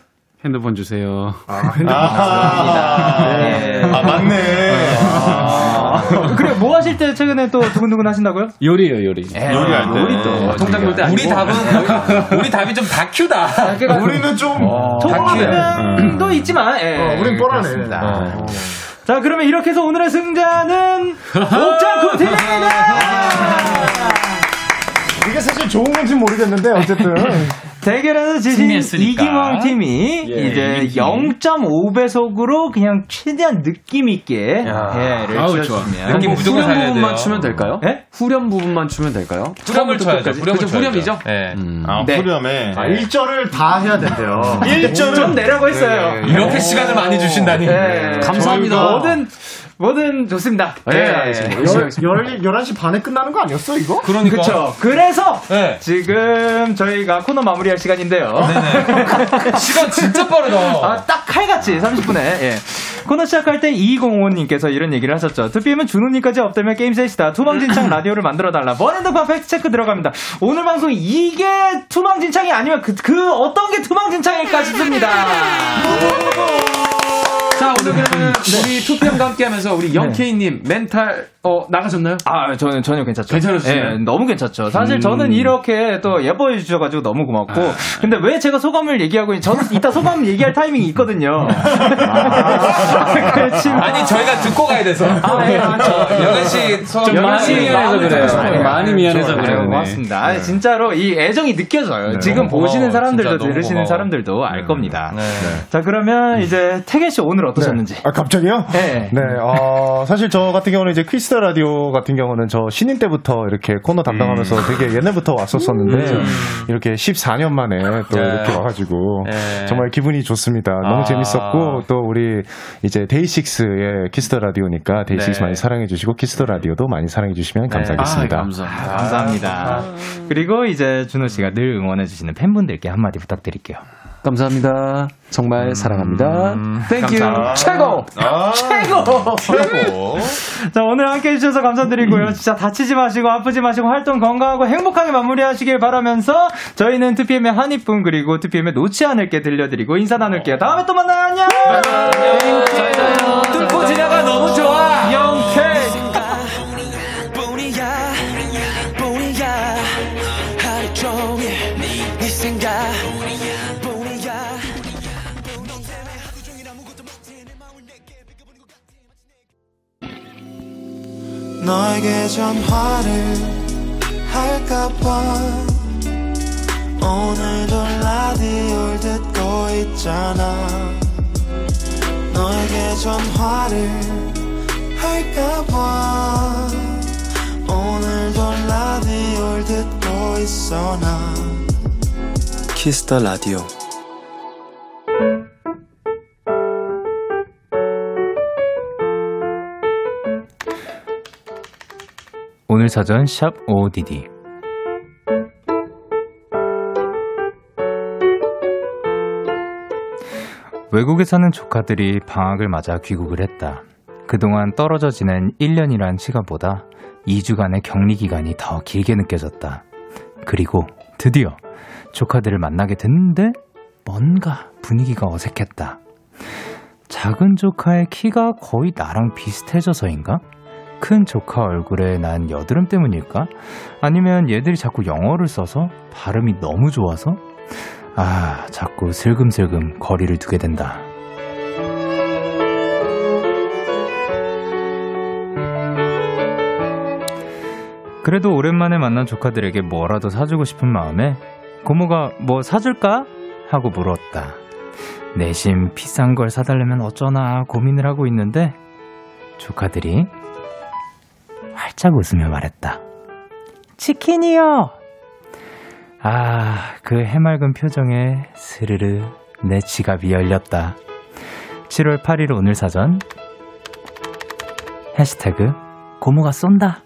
Speaker 32: 핸드폰 주세요.
Speaker 2: 아, 예. 아,
Speaker 10: 맞네.
Speaker 2: 그래, 뭐 하실 때 최근에 또 두근두근 하신다고요?
Speaker 32: 요리요 요리.
Speaker 10: 예. 아, 요리할 때. 요리 또.
Speaker 11: 통장 볼때 우리 답은 뭐, 우리 답이 좀 다큐다
Speaker 2: 아,
Speaker 12: 우리는 좀
Speaker 2: 어, 통화도 있지만, 예.
Speaker 12: 어, 우린 뻔하네.
Speaker 2: 그렇습니다. 자, 그러면 이렇게 해서 오늘의 승자는 옥장쿠 팀입니다!
Speaker 12: 이게 사실 좋은 건지 모르겠는데, 어쨌든.
Speaker 2: 대결에서 지신
Speaker 12: 승리했으니까.
Speaker 2: 이기광 팀이
Speaker 12: 예,
Speaker 2: 이제
Speaker 12: 이기광 팀.
Speaker 2: 0.5배속으로 그냥 최대한 느낌 있게 예를 예?
Speaker 11: 아우,
Speaker 2: 주셨습니다.
Speaker 11: 네, 좋아. 느낌 무조건
Speaker 31: 후렴
Speaker 11: 살려야
Speaker 31: 부분만
Speaker 11: 돼요.
Speaker 31: 추면 될까요? 후렴 부분만 추면 될까요?
Speaker 11: 후렴을
Speaker 31: 처음부터
Speaker 11: 쳐야죠.
Speaker 31: 끝까지.
Speaker 11: 후렴을
Speaker 31: 그죠,
Speaker 11: 쳐야죠.
Speaker 31: 후렴이죠?
Speaker 11: 네.
Speaker 10: 아,
Speaker 31: 네.
Speaker 10: 후렴에.
Speaker 12: 아, 1절을 다 해야 된대요.
Speaker 10: 일절을-
Speaker 2: 점 내라고 했어요.
Speaker 4: 예,
Speaker 11: 이렇게 시간을 많이 주신다니.
Speaker 2: 네.
Speaker 11: 감사합니다.
Speaker 2: 저희가 모든 예.
Speaker 13: 뭐든 좋습니다.
Speaker 11: 네,
Speaker 12: 열, 11시 반에 끝나는 거 아니었어, 이거?
Speaker 13: 그쵸. 그래서 지금 저희가 코너 마무리할 시간인데요. 시간 진짜
Speaker 11: 네.
Speaker 13: 빠르다. 아,
Speaker 11: 어.
Speaker 13: 딱 칼같이 30분에. 예. 코너 시작할 때 205님께서 이런 얘기를 하셨죠. 2PM은 준호님까지 없다면 게임 셋이다. 투망진창 라디오를 만들어달라. 버랜드팝 팩트체크 들어갑니다. 오늘 방송 이게 투망진창이 아니면 그, 그 어떤 게 투망진창일까 싶습니다.
Speaker 11: 자, 오늘 그러면 우리 투표과 함께 하면서 우리 영케이님 멘탈, 어, 나가셨나요?
Speaker 13: 아, 저는 전혀 괜찮죠.
Speaker 11: 괜찮으시네요.
Speaker 13: 예, 너무 괜찮죠. 사실
Speaker 11: 음. 아.
Speaker 13: 저는 이렇게 또 예뻐해 주셔가지고 너무 고맙고. 근데 왜 제가 소감을 얘기하고 있는지, 저는 이따 소감 얘기할 타이밍이 있거든요.
Speaker 11: 아.
Speaker 13: 그
Speaker 11: 아니, 저희가 듣고 가야 돼서.
Speaker 13: 아, 예, 맞죠.
Speaker 11: 어, 영은 씨, 소감
Speaker 13: 좀
Speaker 11: 많이
Speaker 13: 많이
Speaker 11: 미안해서
Speaker 13: 마음을
Speaker 11: 그래요.
Speaker 13: 좀
Speaker 11: 많이 미안해서 그래요. 네.
Speaker 13: 고맙습니다. 아, 진짜로 이 애정이 느껴져요. 지금
Speaker 11: 너무 고마워.
Speaker 13: 보시는 사람들도
Speaker 11: 진짜 너무 네.
Speaker 13: 들으시는
Speaker 11: 고마워.
Speaker 13: 사람들도 알 겁니다. 네.
Speaker 11: 네.
Speaker 13: 자,
Speaker 11: 음.
Speaker 13: 그러면 이제 태계 씨 오늘 어떠셨는지.
Speaker 12: 아,
Speaker 2: 예.
Speaker 12: 갑자기요?
Speaker 13: 네.
Speaker 12: 네, 어, 사실 저 같은 경우는 이제 퀴스터 라디오 같은 경우는 저 신인 때부터 이렇게 코너 담당하면서 되게 옛날부터 왔었었는데,
Speaker 9: 음.
Speaker 12: 이렇게 14년 만에 또
Speaker 9: 네.
Speaker 12: 이렇게 와가지고, 정말 기분이 좋습니다. 너무
Speaker 9: 아.
Speaker 12: 재밌었고, 또 우리 이제 데이식스의 퀴스터 라디오니까 데이식스
Speaker 9: 네.
Speaker 12: 많이 사랑해주시고, 퀴스터 라디오도 많이 사랑해주시면 감사하겠습니다.
Speaker 13: 아, 감사합니다. 그리고 이제 준호 씨가 늘 응원해주시는 팬분들께 한마디 부탁드릴게요.
Speaker 8: 감사합니다. 정말 사랑합니다.
Speaker 11: 음.
Speaker 13: 땡큐. 최고! 최고! 최고! 자, 오늘 함께 해주셔서 감사드리고요. 진짜 다치지 마시고, 아프지 마시고, 활동 건강하고 행복하게 마무리하시길 바라면서, 저희는 2PM의 한입분, 그리고 2PM의 놓지 않을게 들려드리고, 인사 나눌게요. 다음에 또 만나요! 안녕! 네. 뚫고 지나가 너무 좋아! 영케이!
Speaker 17: 뿐이야 뿐이야 하루 종일 네 생각 뿐이야 뿐이야
Speaker 6: 너에게 전화를 할까봐 오늘도 라디오를 듣고 있잖아 너에게 전화를 할까봐 오늘도 라디오를 듣고 있어 나
Speaker 34: 키스터 라디오
Speaker 2: 오늘 사전 샵 ODD 외국에 사는 조카들이 방학을 맞아 귀국을 했다. 그동안 떨어져 지낸 1년이란 시간보다 2주간의 격리 기간이 더 길게 느껴졌다. 그리고 드디어 조카들을 만나게 됐는데 뭔가 분위기가 어색했다. 작은 조카의 키가 거의 나랑 비슷해져서인가? 큰 조카 얼굴에 난 여드름 때문일까? 아니면 얘들이 자꾸 영어를 써서 발음이 너무 좋아서? 아, 자꾸 슬금슬금 거리를 두게 된다. 그래도 오랜만에 만난 조카들에게 뭐라도 사주고 싶은 마음에 고모가 뭐 사줄까? 하고 물었다. 내심 비싼 걸 사달라면 어쩌나 고민을 하고 있는데 조카들이 활짝 웃으며 말했다. 치킨이요. 아, 그 해맑은 표정에 스르르 내 지갑이 열렸다. 7월 8일 오늘 사전 해시태그 고모가 쏜다.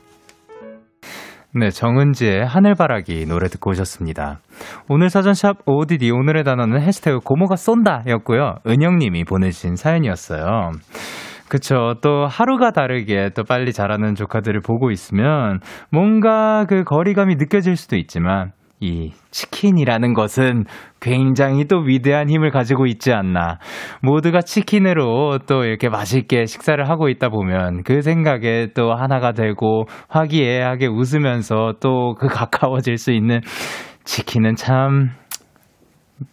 Speaker 2: 네, 정은지의 하늘바라기 노래 듣고 오셨습니다. 오늘 사전샵 ODD 오늘의 단어는 해시태그 고모가 쏜다 였고요. 은영님이 보내주신 사연이었어요. 그쵸. 또 하루가 다르게 또 빨리 자라는 조카들을 보고 있으면 뭔가 그 거리감이 느껴질 수도 있지만 이 치킨이라는 것은 굉장히 또 위대한 힘을 가지고 있지 않나. 모두가 치킨으로 또 이렇게 맛있게 식사를 하고 있다 보면 그 생각에 또 하나가 되고 화기애애하게 웃으면서 또 그 가까워질 수 있는 치킨은 참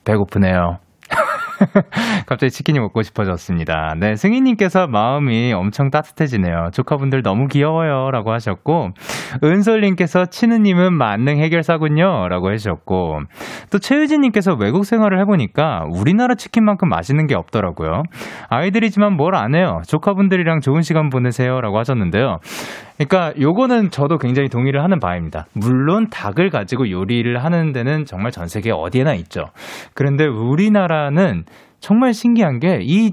Speaker 2: 배고프네요. 갑자기 치킨이 먹고 싶어졌습니다. 네, 승희님께서 마음이 엄청 따뜻해지네요. 조카분들 너무 귀여워요. 라고 하셨고, 은솔님께서 치느님은 만능 해결사군요. 라고 해주셨고, 또 최유진님께서 외국 생활을 해보니까 우리나라 치킨만큼 맛있는 게 없더라고요. 아이들이지만 뭘 안 해요. 조카분들이랑 좋은 시간 보내세요. 라고 하셨는데요. 그러니까 요거는 저도 굉장히 동의를 하는 바입니다. 물론 닭을 가지고 요리를 하는 데는 정말 전 세계 어디에나 있죠. 그런데 우리나라는 정말 신기한 게 이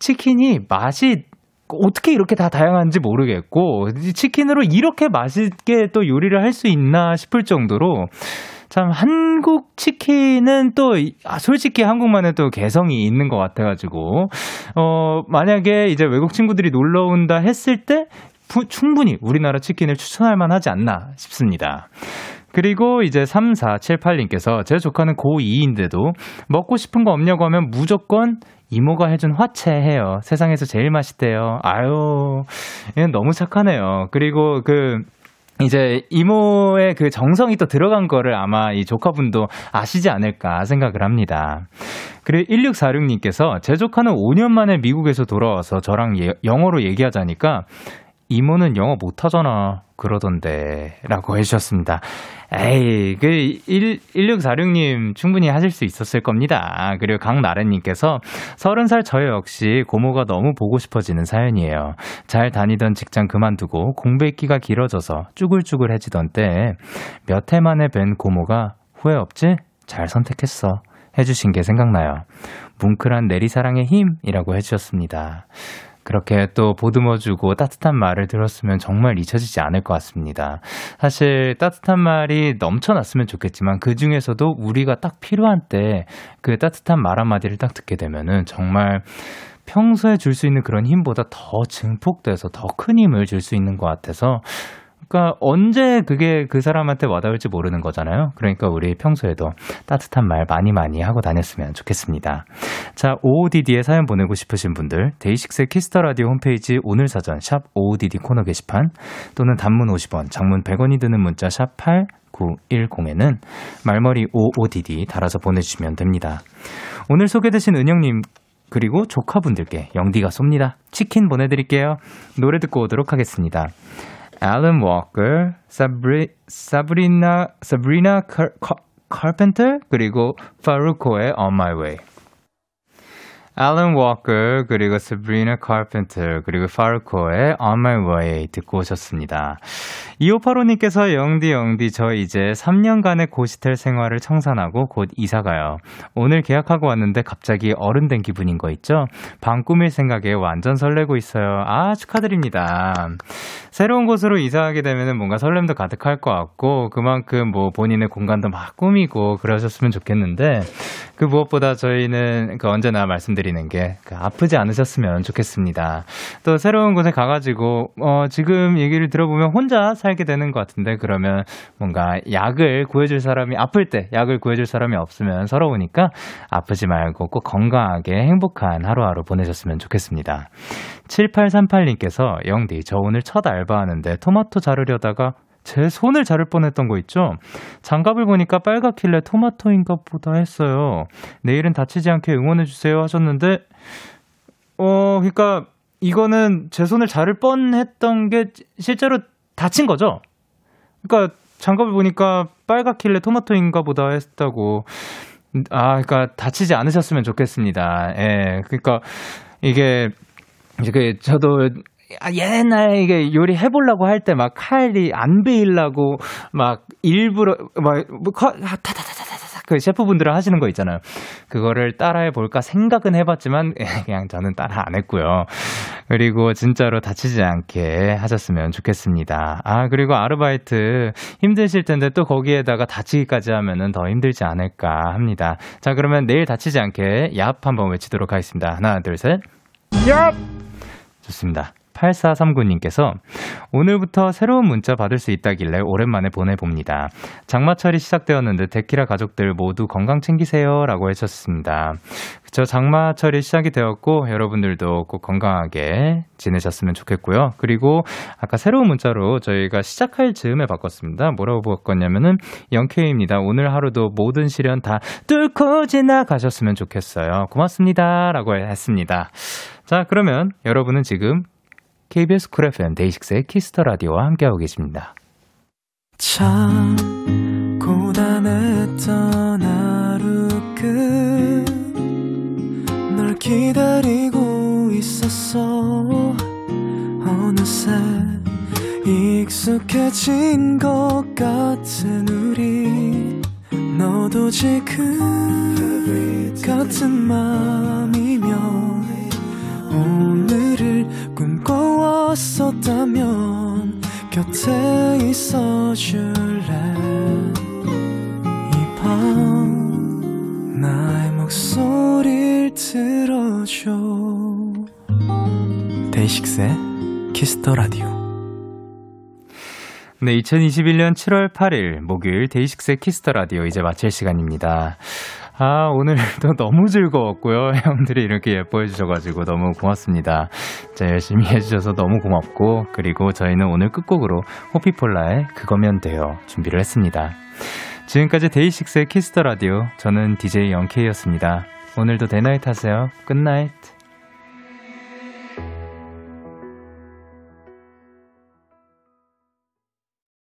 Speaker 2: 치킨이 맛이 어떻게 이렇게 다 다양한지 모르겠고 이 치킨으로 이렇게 맛있게 또 요리를 할 수 있나 싶을 정도로 참 한국 치킨은 또 이- 아, 솔직히 한국만의 또 개성이 있는 것 같아가지고 어 만약에 이제 외국 친구들이 놀러 온다 했을 때 부- 충분히 우리나라 치킨을 추천할 만하지 않나 싶습니다. 그리고 이제 3478님께서 제 조카는 고2인데도 먹고 싶은 거 없냐고 하면 무조건 이모가 해준 화채 해요. 세상에서 제일 맛있대요. 아유, 얘는 너무 착하네요. 그리고 그, 이제 이모의 그 정성이 또 들어간 거를 아마 이 조카분도 아시지 않을까 생각을 합니다. 그리고 1646님께서 제 조카는 5년 만에 미국에서 돌아와서 저랑 예- 영어로 얘기하자니까 이모는 영어 못하잖아. 그러던데. 라고 해주셨습니다. 에이, 그, 1, 1646님 충분히 하실 수 있었을 겁니다. 그리고 강나래님께서 30살 저 역시 고모가 너무 보고 싶어지는 사연이에요. 잘 다니던 직장 그만두고 공백기가 길어져서 쭈글쭈글해지던 때에 몇 해 만에 뵌 고모가 후회 없지? 잘 선택했어. 해주신 게 생각나요. 뭉클한 내리사랑의 힘이라고 해주셨습니다. 그렇게 또 보듬어주고 따뜻한 말을 들었으면 정말 잊혀지지 않을 것 같습니다. 사실 따뜻한 말이 넘쳐났으면 좋겠지만 그 중에서도 우리가 딱 필요한 때 그 따뜻한 말 한마디를 딱 듣게 되면은 정말 평소에 줄 수 있는 그런 힘보다 더 증폭돼서 더 큰 힘을 줄 수 있는 것 같아서 그러니까 언제 그게 그 사람한테 와닿을지 모르는 거잖아요. 그러니까 우리 평소에도 따뜻한 말 많이 많이 하고 다녔으면 좋겠습니다. 자, OODD에 사연 보내고 싶으신 분들 데이식스의 키스터 라디오 홈페이지 오늘 사전 샵 OODD 코너 게시판 또는 단문 50원, 장문 100원이 드는 문자 샵 8910에는 말머리 OODD 달아서 보내주시면 됩니다. 오늘 소개되신 은영님 그리고 조카분들께 영디가 쏩니다. 치킨 보내드릴게요. 노래 듣고 오도록 하겠습니다. 앨런 워커, 사브리, 사브리나, 사브리나 칼, 칼, 칼펜터, 그리고 파루코의 On My Way. 앨런 워커, 그리고 사브리나 칼펜터, 그리고 파루코의 On My Way 듣고 오셨습니다. 2585님께서 영디 영디 저 이제 3년간의 고시텔 생활을 청산하고 곧 이사가요. 오늘 계약하고 왔는데 갑자기 어른 된 기분인 거 있죠? 방 꾸밀 생각에 완전 설레고 있어요. 아 축하드립니다. 새로운 곳으로 이사하게 되면 뭔가 설렘도 가득할 것 같고 그만큼 뭐 본인의 공간도 막 꾸미고 그러셨으면 좋겠는데 그 무엇보다 저희는 그 언제나 말씀드리는 게그 아프지 않으셨으면 좋겠습니다. 또 새로운 곳에 가가지고 어 지금 얘기를 들어보면 혼자 살게 되는 것 같은데 그러면 뭔가 약을 구해줄 사람이 아플 때 약을 구해줄 사람이 없으면 서러우니까 아프지 말고 꼭 건강하게 행복한 하루하루 보내셨으면 좋겠습니다. 7838님께서 영디 저 오늘 첫 알바하는데 토마토 자르려다가 제 손을 자를 뻔했던 거 있죠? 장갑을 보니까 빨갛길래 토마토인가 보다 했어요. 내일은 다치지 않게 응원해주세요 하셨는데, 어, 그니까, 이거는 제 손을 자를 뻔 했던 게 실제로 다친 거죠? 그니까, 장갑을 보니까 빨갛길래 토마토인가 보다 했다고. 아, 그니까, 다치지 않으셨으면 좋겠습니다. 예, 그니까, 이게, 이제 그 저도 아, 옛날에 이게 요리 해보려고 할 때 막 칼이 안 베일라고 막 일부러 뭐 아, 막타타타타타그 셰프분들은 하시는 거 있잖아요. 그거를 따라해 볼까 생각은 해봤지만 그냥 저는 따라 안 했고요. 그리고 진짜로 다치지 않게 하셨으면 좋겠습니다. 아 그리고 아르바이트 힘드실 텐데 또 거기에다가 다치기까지 하면은 더 힘들지 않을까 합니다. 자 그러면 내일 다치지 않게 얍 한번 외치도록 하겠습니다. 하나 둘 셋. 얍! 좋습니다. 8439님께서 오늘부터 새로운 문자 받을 수 있다길래 오랜만에 보내봅니다. 장마철이 시작되었는데 데키라 가족들 모두 건강 챙기세요 라고 해주셨습니다. 그쵸, 장마철이 시작이 되었고 여러분들도 꼭 건강하게 지내셨으면 좋겠고요. 그리고 아까 새로운 문자로 저희가 시작할 즈음에 바꿨습니다. 뭐라고 바꿨냐면은 영케이입니다. 오늘 하루도 모든 시련 다 뚫고 지나가셨으면 좋겠어요. 고맙습니다 라고 했습니다. 자, 그러면 여러분은 지금 KBS 쿨 FM 데이식스의 키스터 라디오와 함께하고 계십니다.
Speaker 17: 참 고단했던 하루 끝널 기다리고 있었어 어느새 익숙해진 것 같은 우리 너도 지금 같은 맘이면 오늘을
Speaker 4: 날 꿈꿔왔었다면 곁에 있어줄래 이 밤 나의 목소리를 들어줘
Speaker 35: 데이식스의 키스터 라디오.
Speaker 2: 네, 2021년 7월 8일 목요일 데이식스의 키스터 라디오 이제 마칠 시간입니다. 아, 오늘도 너무 즐거웠고요. 형들이 이렇게 예뻐해 주셔가지고 너무 고맙습니다. 진짜 열심히 해주셔서 너무 고맙고, 그리고 저희는 오늘 끝곡으로 호피폴라의 그거면 돼요 준비를 했습니다. 지금까지 데이식스의 키스터 라디오, 저는 DJ 영케이였습니다. 오늘도 대나잇 하세요. 끝나잇.